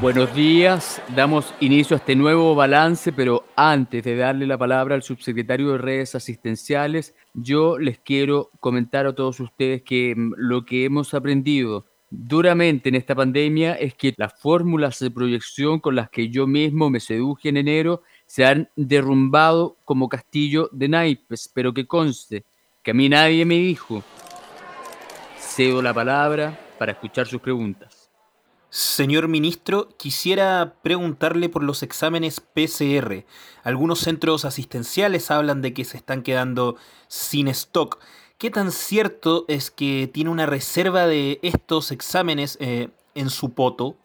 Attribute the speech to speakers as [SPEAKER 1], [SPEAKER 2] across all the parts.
[SPEAKER 1] Buenos días, damos inicio a este nuevo balance, pero antes de darle la palabra al subsecretario de redes asistenciales, yo les quiero comentar a todos ustedes que mm, lo que hemos aprendido duramente en esta pandemia es que las fórmulas de proyección con las que yo mismo me seduje en enero se han derrumbado como castillo de naipes, pero que conste que a mí nadie me dijo. Cedo la palabra para escuchar sus preguntas.
[SPEAKER 2] Señor ministro, quisiera preguntarle por los exámenes PCR. Algunos centros asistenciales hablan de que se están quedando sin stock. ¿Qué tan cierto es que tiene una reserva de estos exámenes eh, en su poto?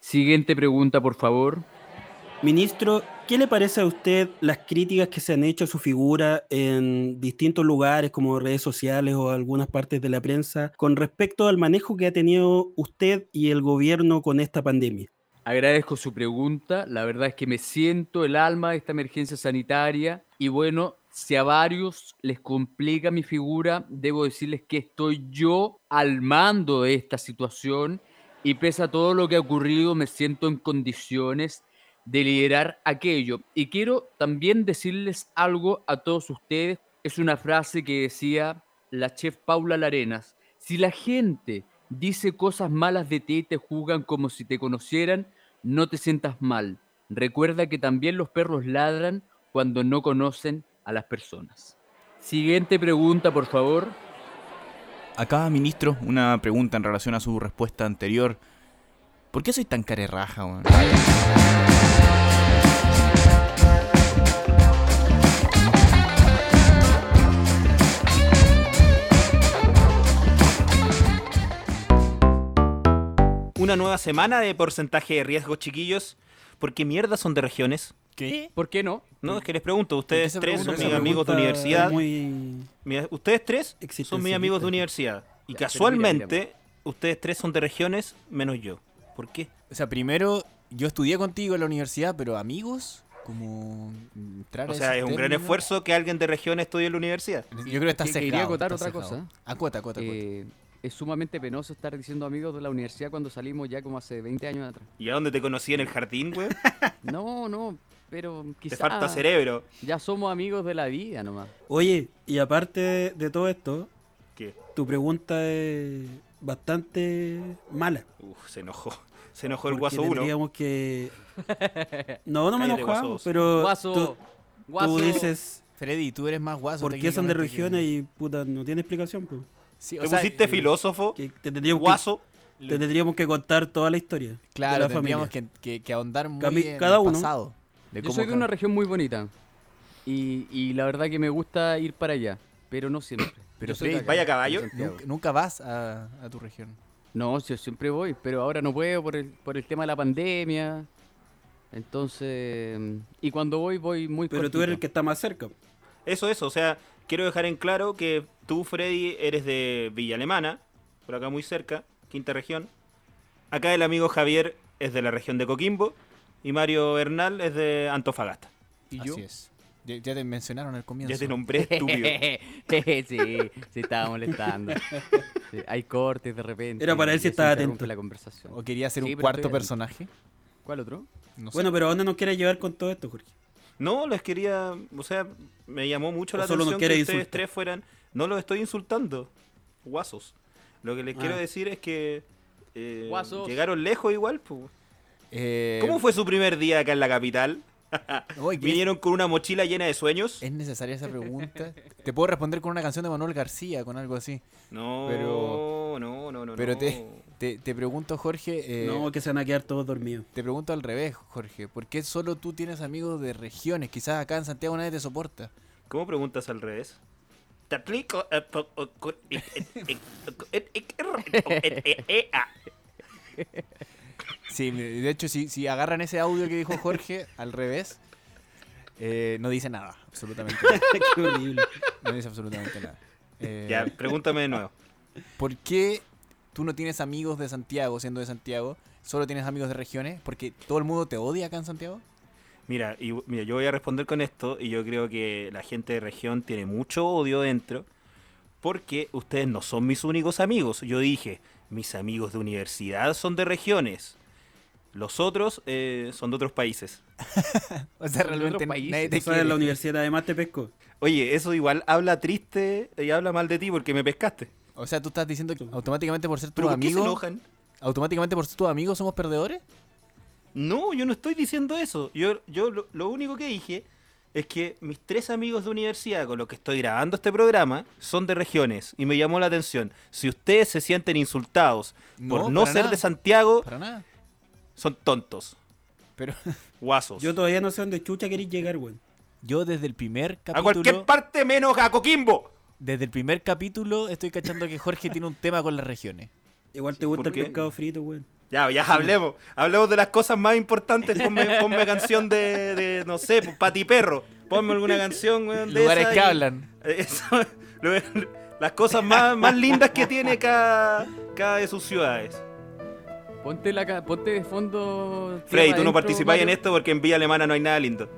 [SPEAKER 1] Siguiente pregunta, por favor.
[SPEAKER 3] Ministro, ¿qué le parece a usted las críticas que se han hecho a su figura en distintos lugares como redes sociales o algunas partes de la prensa con respecto al manejo que ha tenido usted y el gobierno con esta pandemia?
[SPEAKER 1] Agradezco su pregunta. La verdad es que me siento el alma de esta emergencia sanitaria y bueno, si a varios les complica mi figura, debo decirles que estoy yo al mando de esta situación y pese a todo lo que ha ocurrido, me siento en condiciones de liderar aquello. Y quiero también decirles algo a todos ustedes. Es una frase que decía la chef Paula Larenas. Si la gente dice cosas malas de ti y te juzgan como si te conocieran, no te sientas mal. Recuerda que también los perros ladran cuando no conocen a las personas. Siguiente pregunta, por favor.
[SPEAKER 4] Acá, ministro, una pregunta en relación a su respuesta anterior. ¿Por qué soy tan carerraja, man?
[SPEAKER 2] Una nueva semana de porcentaje de riesgo, chiquillos. ¿Por qué mierda son de regiones?
[SPEAKER 4] ¿Qué?
[SPEAKER 1] ¿Por qué no?
[SPEAKER 2] No, es que les pregunto, ustedes
[SPEAKER 4] Esa
[SPEAKER 2] tres son
[SPEAKER 4] pregunta-
[SPEAKER 2] mis
[SPEAKER 4] esa
[SPEAKER 2] amigos de
[SPEAKER 3] pregunta
[SPEAKER 2] universidad.
[SPEAKER 3] es muy-
[SPEAKER 2] Mira, ustedes tres son mis
[SPEAKER 3] Existencialista.
[SPEAKER 2] amigos de universidad. Y
[SPEAKER 1] Ya, pero
[SPEAKER 2] casualmente,
[SPEAKER 1] mira,
[SPEAKER 2] ustedes tres son de regiones menos yo. ¿Por qué?
[SPEAKER 4] O sea, primero, yo estudié contigo en la universidad, pero amigos, como entrar a
[SPEAKER 2] O sea,
[SPEAKER 4] esos
[SPEAKER 2] es un gran
[SPEAKER 4] términos.
[SPEAKER 2] esfuerzo que alguien de regiones estudie en la universidad.
[SPEAKER 4] Yo creo que está
[SPEAKER 1] Que-
[SPEAKER 4] sesgado.
[SPEAKER 1] quería acotar
[SPEAKER 4] está
[SPEAKER 1] otra
[SPEAKER 4] sesgado.
[SPEAKER 1] cosa.
[SPEAKER 4] Acota, acota, acota.
[SPEAKER 1] Eh, es sumamente penoso estar diciendo amigos de la universidad cuando salimos ya como hace 20 años atrás.
[SPEAKER 2] ¿Y a dónde te conocí en el jardín, güey?
[SPEAKER 1] No, no, pero
[SPEAKER 2] Te
[SPEAKER 1] quizás
[SPEAKER 2] falta cerebro.
[SPEAKER 1] ya somos amigos de la vida nomás.
[SPEAKER 3] Oye, y aparte de, de todo esto,
[SPEAKER 2] ¿Qué?
[SPEAKER 3] tu pregunta es bastante mala.
[SPEAKER 2] Uf, se enojó. Se enojó el
[SPEAKER 3] porque
[SPEAKER 2] guaso 1.
[SPEAKER 3] tendríamos que... No, no me
[SPEAKER 2] Cállate, guaso
[SPEAKER 3] enojamos,
[SPEAKER 2] dos.
[SPEAKER 3] pero
[SPEAKER 1] Guaso,
[SPEAKER 3] tú,
[SPEAKER 1] guaso.
[SPEAKER 3] tú dices
[SPEAKER 4] Freddy, tú eres más guaso.
[SPEAKER 3] por qué son de
[SPEAKER 4] técnicamente
[SPEAKER 3] regiones
[SPEAKER 4] que-
[SPEAKER 3] y puta, no tiene explicación. pues.
[SPEAKER 4] Sí, o
[SPEAKER 2] Te
[SPEAKER 4] sea,
[SPEAKER 2] pusiste
[SPEAKER 4] eh,
[SPEAKER 2] filósofo,
[SPEAKER 3] Que te tendríamos que-
[SPEAKER 2] guaso.
[SPEAKER 3] Te tendríamos que contar toda la historia
[SPEAKER 4] Claro,
[SPEAKER 3] de la familia.
[SPEAKER 4] tendríamos que, que, que ahondar muy
[SPEAKER 3] Cami-
[SPEAKER 4] en
[SPEAKER 3] cada
[SPEAKER 4] el
[SPEAKER 3] uno.
[SPEAKER 4] pasado. de
[SPEAKER 1] Yo
[SPEAKER 4] cómo
[SPEAKER 1] soy de
[SPEAKER 4] ca-
[SPEAKER 1] una región muy bonita y, y la verdad que me gusta ir para allá, pero no siempre.
[SPEAKER 4] Pero
[SPEAKER 1] Yo soy de
[SPEAKER 4] Freddy,
[SPEAKER 1] acá,
[SPEAKER 2] vaya
[SPEAKER 1] de
[SPEAKER 2] caballo.
[SPEAKER 1] Santiago.
[SPEAKER 4] Nunca, nunca vas a, a tu región.
[SPEAKER 1] No, yo siempre voy, pero ahora no puedo por el, por el tema de la pandemia. Entonces, y cuando voy, voy muy
[SPEAKER 3] Pero tú
[SPEAKER 1] cortito.
[SPEAKER 3] eres el que está más cerca.
[SPEAKER 2] Eso, eso. O sea, quiero dejar en claro que tú, Freddy, eres de Villa Alemana, por acá muy cerca, quinta región. Acá el amigo Javier es de la región de Coquimbo y Mario Bernal es de Antofagasta.
[SPEAKER 4] ¿Y
[SPEAKER 1] yo?
[SPEAKER 4] Así es. Ya, ya te mencionaron al comienzo.
[SPEAKER 2] Ya te nombré estúpido.
[SPEAKER 1] sí, sí, estaba molestando. Sí, hay cortes de repente.
[SPEAKER 3] Era para ver
[SPEAKER 1] y
[SPEAKER 3] si
[SPEAKER 1] eso
[SPEAKER 3] estaba
[SPEAKER 1] interrumpe
[SPEAKER 3] atento.
[SPEAKER 1] La conversación.
[SPEAKER 4] ¿O quería ser
[SPEAKER 1] Sí,
[SPEAKER 4] un
[SPEAKER 1] pero
[SPEAKER 4] cuarto
[SPEAKER 1] estoy-
[SPEAKER 4] personaje?
[SPEAKER 1] ¿Cuál otro?
[SPEAKER 4] No sé.
[SPEAKER 3] Bueno, pero ¿a dónde nos quieres llevar con todo esto, Jorge?
[SPEAKER 2] No, les quería. O sea, me llamó mucho
[SPEAKER 3] O
[SPEAKER 2] la
[SPEAKER 3] solo nos
[SPEAKER 2] atención que
[SPEAKER 3] quiere
[SPEAKER 2] ustedes
[SPEAKER 3] insultar.
[SPEAKER 2] tres fueran. No los estoy insultando, guasos. Lo que les
[SPEAKER 3] Ah.
[SPEAKER 2] quiero decir es que. eh,
[SPEAKER 1] Guasos.
[SPEAKER 2] llegaron lejos igual, pues.
[SPEAKER 4] Eh,
[SPEAKER 2] ¿Cómo fue su primer día acá en la capital?
[SPEAKER 4] oye, ¿qué-
[SPEAKER 2] ¿Vinieron con una mochila llena de sueños?
[SPEAKER 4] ¿Es necesaria esa pregunta? Te puedo responder con una canción de Manuel García, con algo así.
[SPEAKER 2] No,
[SPEAKER 4] Pero-
[SPEAKER 2] no, no, no.
[SPEAKER 4] Pero
[SPEAKER 2] no.
[SPEAKER 4] te, te, te pregunto, Jorge. eh,
[SPEAKER 3] No, que se van a quedar todos dormidos.
[SPEAKER 4] Te pregunto al revés, Jorge. ¿Por qué solo tú tienes amigos de regiones? Quizás acá en Santiago nadie te soporta.
[SPEAKER 2] ¿Cómo preguntas al revés? Te aplico. eh, po- o- cor- eh, eh, eh, eh, eh, eh, eh, eh, ah.
[SPEAKER 4] Sí, me- de hecho, si, si agarran ese audio que dijo Jorge al revés, eh, no dice nada, absolutamente. nada.
[SPEAKER 3] Qué horrible.
[SPEAKER 4] No dice absolutamente nada. Eh,
[SPEAKER 2] Ya, pregúntame de nuevo.
[SPEAKER 4] ¿Por qué tú no tienes amigos de Santiago, siendo de Santiago? ¿Solo tienes amigos de regiones? ¿Porque todo el mundo te odia acá en Santiago?
[SPEAKER 2] Mira, y, mira, yo voy a responder con esto y yo creo que la gente de región tiene mucho odio dentro porque ustedes no son mis únicos amigos. Yo dije, mis amigos de universidad son de regiones. Los otros eh, son de otros países.
[SPEAKER 4] O sea, realmente
[SPEAKER 1] otros
[SPEAKER 4] nadie
[SPEAKER 1] países,
[SPEAKER 4] te
[SPEAKER 3] O sea, en la
[SPEAKER 4] quiere.
[SPEAKER 3] universidad además te pesco.
[SPEAKER 2] Oye, eso igual habla triste y habla mal de ti porque me pescaste.
[SPEAKER 4] O sea, tú estás diciendo que automáticamente por ser tu
[SPEAKER 2] ¿Pero por qué se
[SPEAKER 4] amigo,
[SPEAKER 2] enojan?
[SPEAKER 4] automáticamente por ser tu amigo somos perdedores.
[SPEAKER 2] No, yo no estoy diciendo eso. Yo, yo lo, lo único que dije es que mis tres amigos de universidad con los que estoy grabando este programa son de regiones y me llamó la atención. Si ustedes se sienten insultados por
[SPEAKER 4] No,
[SPEAKER 2] no
[SPEAKER 4] para
[SPEAKER 2] ser
[SPEAKER 4] nada.
[SPEAKER 2] de Santiago,
[SPEAKER 4] Para nada.
[SPEAKER 2] son tontos,
[SPEAKER 4] Pero
[SPEAKER 2] guasos.
[SPEAKER 3] Yo todavía no sé dónde chucha querés llegar, weón.
[SPEAKER 4] yo desde el primer
[SPEAKER 2] a
[SPEAKER 4] capítulo,
[SPEAKER 2] cualquier parte menos a Coquimbo.
[SPEAKER 4] desde el primer capítulo estoy cachando que Jorge tiene un tema con las regiones.
[SPEAKER 3] Igual te gusta
[SPEAKER 2] ¿por
[SPEAKER 3] el
[SPEAKER 2] qué?
[SPEAKER 3] pescado frito, weón.
[SPEAKER 2] Ya, ya hablemos. Hablemos de las cosas más importantes. Ponme, ponme canción de, de, no sé, pues, Pati Perro. Ponme alguna canción weón, de
[SPEAKER 4] Lugares
[SPEAKER 2] esa
[SPEAKER 4] que
[SPEAKER 2] y-
[SPEAKER 4] hablan.
[SPEAKER 2] Eh, Eso, lo- las cosas más, más lindas que tiene cada, cada de sus ciudades.
[SPEAKER 1] Ponte, la, ca- ponte de fondo.
[SPEAKER 2] Freddy,
[SPEAKER 1] tierra
[SPEAKER 2] tú no
[SPEAKER 1] adentro,
[SPEAKER 2] participáis en
[SPEAKER 1] Mario.
[SPEAKER 2] esto porque en Villa Alemana no hay nada lindo.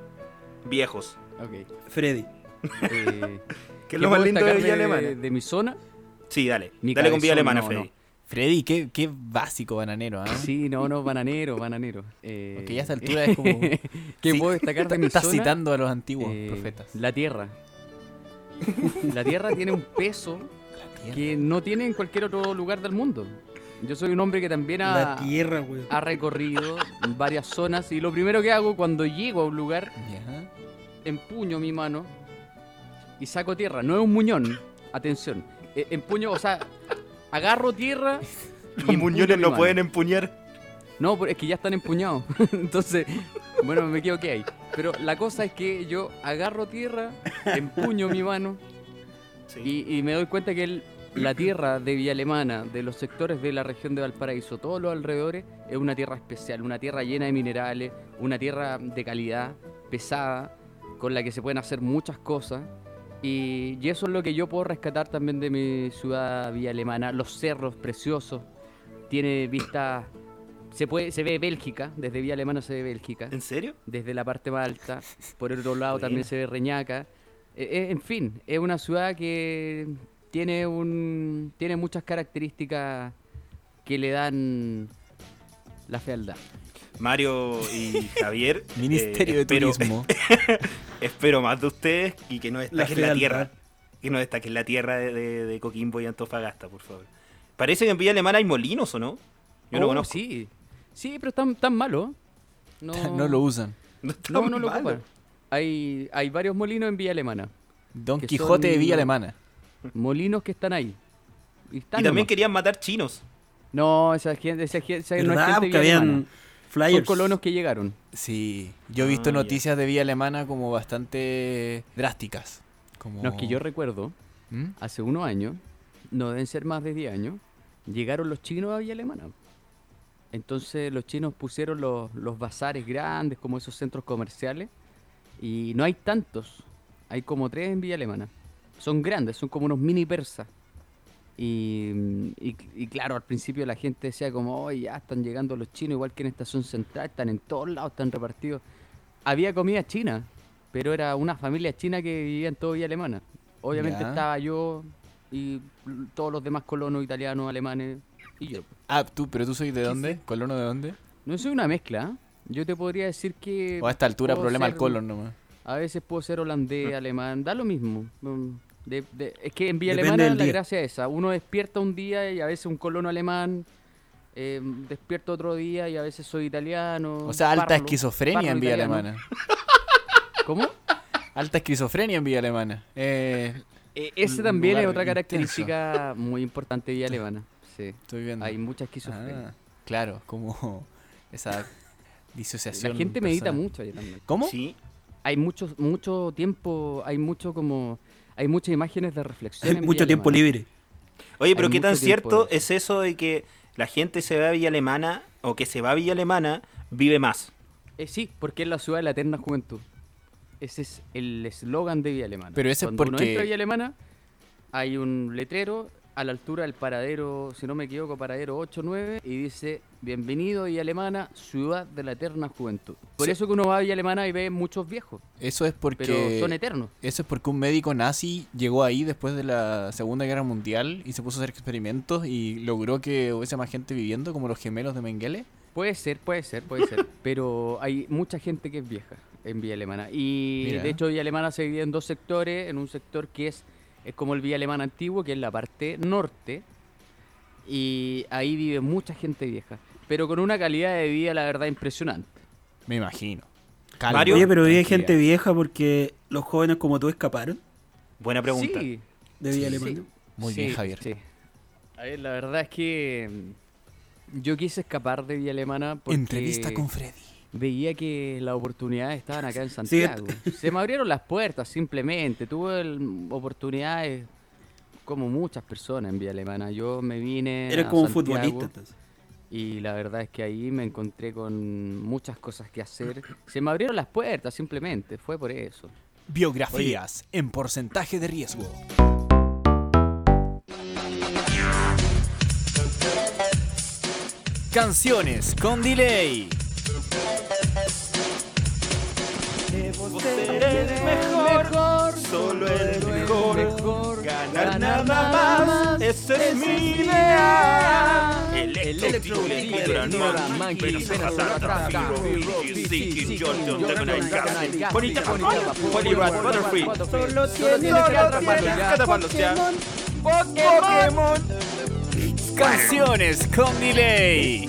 [SPEAKER 2] Viejos.
[SPEAKER 1] Ok.
[SPEAKER 3] Freddy.
[SPEAKER 1] Eh,
[SPEAKER 2] ¿Qué es lo más
[SPEAKER 1] puedo
[SPEAKER 2] lindo de
[SPEAKER 1] destacar
[SPEAKER 2] Villa Alemana?
[SPEAKER 1] De mi zona.
[SPEAKER 2] Sí, dale.
[SPEAKER 1] Mi
[SPEAKER 2] dale con Villa
[SPEAKER 1] cabezón,
[SPEAKER 2] Alemana,
[SPEAKER 1] no,
[SPEAKER 2] Freddy.
[SPEAKER 4] Freddy, qué, qué básico bananero, ¿ah?
[SPEAKER 1] Sí, no, no, bananero, bananero. Eh,
[SPEAKER 4] Porque ya a esta altura es como-
[SPEAKER 1] ¿Qué
[SPEAKER 4] Sí,
[SPEAKER 1] puedo destacar de mi
[SPEAKER 4] Estás
[SPEAKER 1] zona?
[SPEAKER 4] citando a los antiguos
[SPEAKER 1] Eh,
[SPEAKER 4] profetas.
[SPEAKER 1] La tierra. La tierra tiene un peso que no tiene en cualquier otro lugar del mundo. Yo soy un hombre que también ha,
[SPEAKER 3] La tierra, weón.
[SPEAKER 1] ha recorrido varias zonas y lo primero que hago cuando llego a un lugar,
[SPEAKER 4] Ya.
[SPEAKER 1] empuño mi mano y saco tierra. No es un muñón, atención. Eh, empuño, o sea, agarro tierra. y
[SPEAKER 2] Los
[SPEAKER 1] empuño
[SPEAKER 2] muñones
[SPEAKER 1] mi
[SPEAKER 2] no
[SPEAKER 1] mano.
[SPEAKER 2] pueden empuñar.
[SPEAKER 1] No, pero es que ya están empuñados. Entonces, bueno, me equivoqué ahí. Pero la cosa es que yo agarro tierra, empuño mi mano y, y me doy cuenta que el- la tierra de Villa Alemana, de los sectores de la región de Valparaíso, todos los alrededores, es una tierra especial, una tierra llena de minerales, una tierra de calidad, pesada, con la que se pueden hacer muchas cosas. Y, y eso es lo que yo puedo rescatar también de mi ciudad Villa Alemana, los cerros preciosos, tiene vistas... Se, puede, se ve Bélgica, desde Villa Alemana se ve Bélgica
[SPEAKER 2] ¿En serio?
[SPEAKER 1] desde la parte más alta. Por el otro lado también
[SPEAKER 2] Buena.
[SPEAKER 1] se ve Reñaca. Eh, eh, en fin, es una ciudad que tiene, un, tiene muchas características que le dan la fealdad.
[SPEAKER 2] Mario y Javier. eh,
[SPEAKER 4] Ministerio de
[SPEAKER 2] espero-
[SPEAKER 4] Turismo.
[SPEAKER 2] Espero más de ustedes y que no
[SPEAKER 3] La
[SPEAKER 2] destaquen la,
[SPEAKER 3] fealdad.
[SPEAKER 2] tierra. Que no destaquen la tierra de, de- de Coquimbo y Antofagasta, por favor. Parece que en Villa Alemana hay molinos, ¿o no? Yo no
[SPEAKER 1] Oh,
[SPEAKER 2] conozco.
[SPEAKER 1] Sí, sí pero tan, tan malo. No,
[SPEAKER 4] No lo usan.
[SPEAKER 2] No,
[SPEAKER 1] No,
[SPEAKER 2] tan
[SPEAKER 1] no lo
[SPEAKER 2] malo.
[SPEAKER 1] ocupan. Hay, hay varios molinos en Vía Alemana.
[SPEAKER 4] Don
[SPEAKER 1] Que
[SPEAKER 4] Quijote de
[SPEAKER 1] son-
[SPEAKER 4] Villa Alemana.
[SPEAKER 1] Molinos que están ahí. Y, están
[SPEAKER 2] Y también
[SPEAKER 1] nomás.
[SPEAKER 2] querían matar chinos.
[SPEAKER 1] No, esa gente, esa gente, esa no es
[SPEAKER 3] ¿Verdad?
[SPEAKER 1] gente
[SPEAKER 3] que
[SPEAKER 1] Villa
[SPEAKER 3] habían
[SPEAKER 1] Alemana.
[SPEAKER 3] flyers.
[SPEAKER 1] Son colonos que llegaron.
[SPEAKER 4] Sí, yo he visto
[SPEAKER 2] Ah, ya.
[SPEAKER 4] noticias de Villa Alemana como bastante drásticas. Como...
[SPEAKER 1] No, es que yo recuerdo
[SPEAKER 4] ¿Mm?
[SPEAKER 1] hace unos años, no deben ser más de 10 años, llegaron los chinos a Villa Alemana. Entonces los chinos pusieron los, los bazares grandes, como esos centros comerciales, y no hay tantos, hay como tres en Villa Alemana. Son grandes, son como unos mini persas. Y, y- y claro, al principio la gente decía como, hoy ya están llegando los chinos, igual que en Estación Central, están en todos lados, están repartidos. Había comida china, pero era una familia china que vivía en todo Villa Alemana. Obviamente
[SPEAKER 4] Ya.
[SPEAKER 1] estaba yo y todos los demás colonos, italianos, alemanes y yo.
[SPEAKER 4] Ah, tú, pero tú soy de dónde? ¿Colono de dónde?
[SPEAKER 1] No soy una mezcla, ¿eh? yo te podría decir que...
[SPEAKER 4] O a esta altura
[SPEAKER 1] Eh, puedo
[SPEAKER 4] problema al
[SPEAKER 1] ser-
[SPEAKER 4] colon nomás.
[SPEAKER 1] A veces puedo ser
[SPEAKER 4] Ah.
[SPEAKER 1] holandés, alemán, da lo mismo. Mm, de- de- es que en Villa
[SPEAKER 3] Depende
[SPEAKER 1] Alemana
[SPEAKER 3] del
[SPEAKER 1] la
[SPEAKER 3] día.
[SPEAKER 1] gracia es esa. Uno despierta un día y a veces un colono alemán, eh, despierto otro día y a veces soy italiano.
[SPEAKER 4] O sea, alta
[SPEAKER 1] parlo-
[SPEAKER 4] esquizofrenia en
[SPEAKER 1] parlo
[SPEAKER 4] Villa
[SPEAKER 1] italiano.
[SPEAKER 4] Alemana.
[SPEAKER 1] ¿Cómo?
[SPEAKER 4] Alta esquizofrenia en Villa Alemana. Eh,
[SPEAKER 1] Eh, ese
[SPEAKER 4] Un
[SPEAKER 1] también es
[SPEAKER 4] lugar
[SPEAKER 1] otra
[SPEAKER 4] intenso.
[SPEAKER 1] característica muy importante de Villa Alemana. Sí.
[SPEAKER 4] estoy viendo.
[SPEAKER 1] Hay mucha esquizofrenia.
[SPEAKER 4] Ah, claro, como esa disociación.
[SPEAKER 1] la gente medita
[SPEAKER 4] personal.
[SPEAKER 1] mucho allá también.
[SPEAKER 4] ¿Cómo?
[SPEAKER 2] Sí.
[SPEAKER 1] Hay mucho, mucho tiempo, hay mucho como... Hay muchas imágenes de reflexión. en Villa
[SPEAKER 3] Mucho tiempo
[SPEAKER 1] Alemana.
[SPEAKER 3] libre.
[SPEAKER 2] Oye, pero
[SPEAKER 1] Hay
[SPEAKER 2] qué tan
[SPEAKER 1] mucho tiempo
[SPEAKER 2] cierto
[SPEAKER 1] de
[SPEAKER 2] es eso de que la gente se va a Villa Alemana o que se va a Villa Alemana vive más.
[SPEAKER 1] Eh, sí, porque es la ciudad de la eterna juventud. Ese es el eslogan de Vía Alemana.
[SPEAKER 4] Pero ese es
[SPEAKER 1] Cuando
[SPEAKER 4] porque-
[SPEAKER 1] uno entra a Villa Alemana, hay un letrero a la altura del paradero, si no me equivoco, paradero 8-9, y dice, bienvenido Villa Alemana, ciudad de la eterna juventud. Por
[SPEAKER 4] Sí.
[SPEAKER 1] eso que uno va a Villa Alemana y ve muchos viejos,
[SPEAKER 4] Eso es porque.
[SPEAKER 1] pero son eternos.
[SPEAKER 4] Eso es porque un médico nazi llegó ahí después de la Segunda Guerra Mundial y se puso a hacer experimentos y logró que hubiese más gente viviendo, como los gemelos de Mengele.
[SPEAKER 1] Puede ser, puede ser, puede ser. Pero hay mucha gente que es vieja en Vía Alemana. Y
[SPEAKER 4] Mira.
[SPEAKER 1] de hecho Vía Alemana se divide en dos sectores. En un sector que es, es como el Vía Alemana antiguo, que es la parte norte. Y ahí vive mucha gente vieja. Pero con una calidad de vida, la verdad, impresionante.
[SPEAKER 4] Me imagino.
[SPEAKER 2] Mario.
[SPEAKER 3] Oye, pero hay
[SPEAKER 1] Tranquilidad.
[SPEAKER 3] gente vieja porque los jóvenes como tú escaparon
[SPEAKER 2] Buena pregunta.
[SPEAKER 1] Sí,
[SPEAKER 3] de Villa
[SPEAKER 1] Sí,
[SPEAKER 3] Alemana.
[SPEAKER 4] Muy
[SPEAKER 1] sí,
[SPEAKER 4] bien, Javier.
[SPEAKER 1] sí. A ver, la verdad es que mm, yo quise escapar de Vía Alemana porque...
[SPEAKER 4] Entrevista con Freddy.
[SPEAKER 1] veía que las oportunidades estaban acá en Santiago. Se me abrieron las puertas simplemente. Tuve el- oportunidades como muchas personas en Vía Alemana. Yo me vine.
[SPEAKER 3] Eres
[SPEAKER 1] a
[SPEAKER 3] como un
[SPEAKER 1] Santiago
[SPEAKER 3] futbolista. Entonces.
[SPEAKER 1] Y la verdad es que ahí me encontré con muchas cosas que hacer. Se me abrieron las puertas simplemente. Fue por eso.
[SPEAKER 4] Biografías en porcentaje de riesgo. Canciones con delay.
[SPEAKER 1] Mejor,
[SPEAKER 2] Solo el mejor. Ganar
[SPEAKER 1] ganar
[SPEAKER 2] nada
[SPEAKER 1] nada
[SPEAKER 2] más.
[SPEAKER 1] más.
[SPEAKER 2] Ese es mi
[SPEAKER 1] idea.
[SPEAKER 2] Electro, Electro, Electro, Monkey, Hassan, Zafiro, Vicky, Ziki, Jordan, Dragonite, Gasly, Bonita, Bonita, Polybag, Butterfree.
[SPEAKER 1] Solo
[SPEAKER 2] Tienes que atraparlo ya, atraparlo ya.
[SPEAKER 4] Canciones con delay.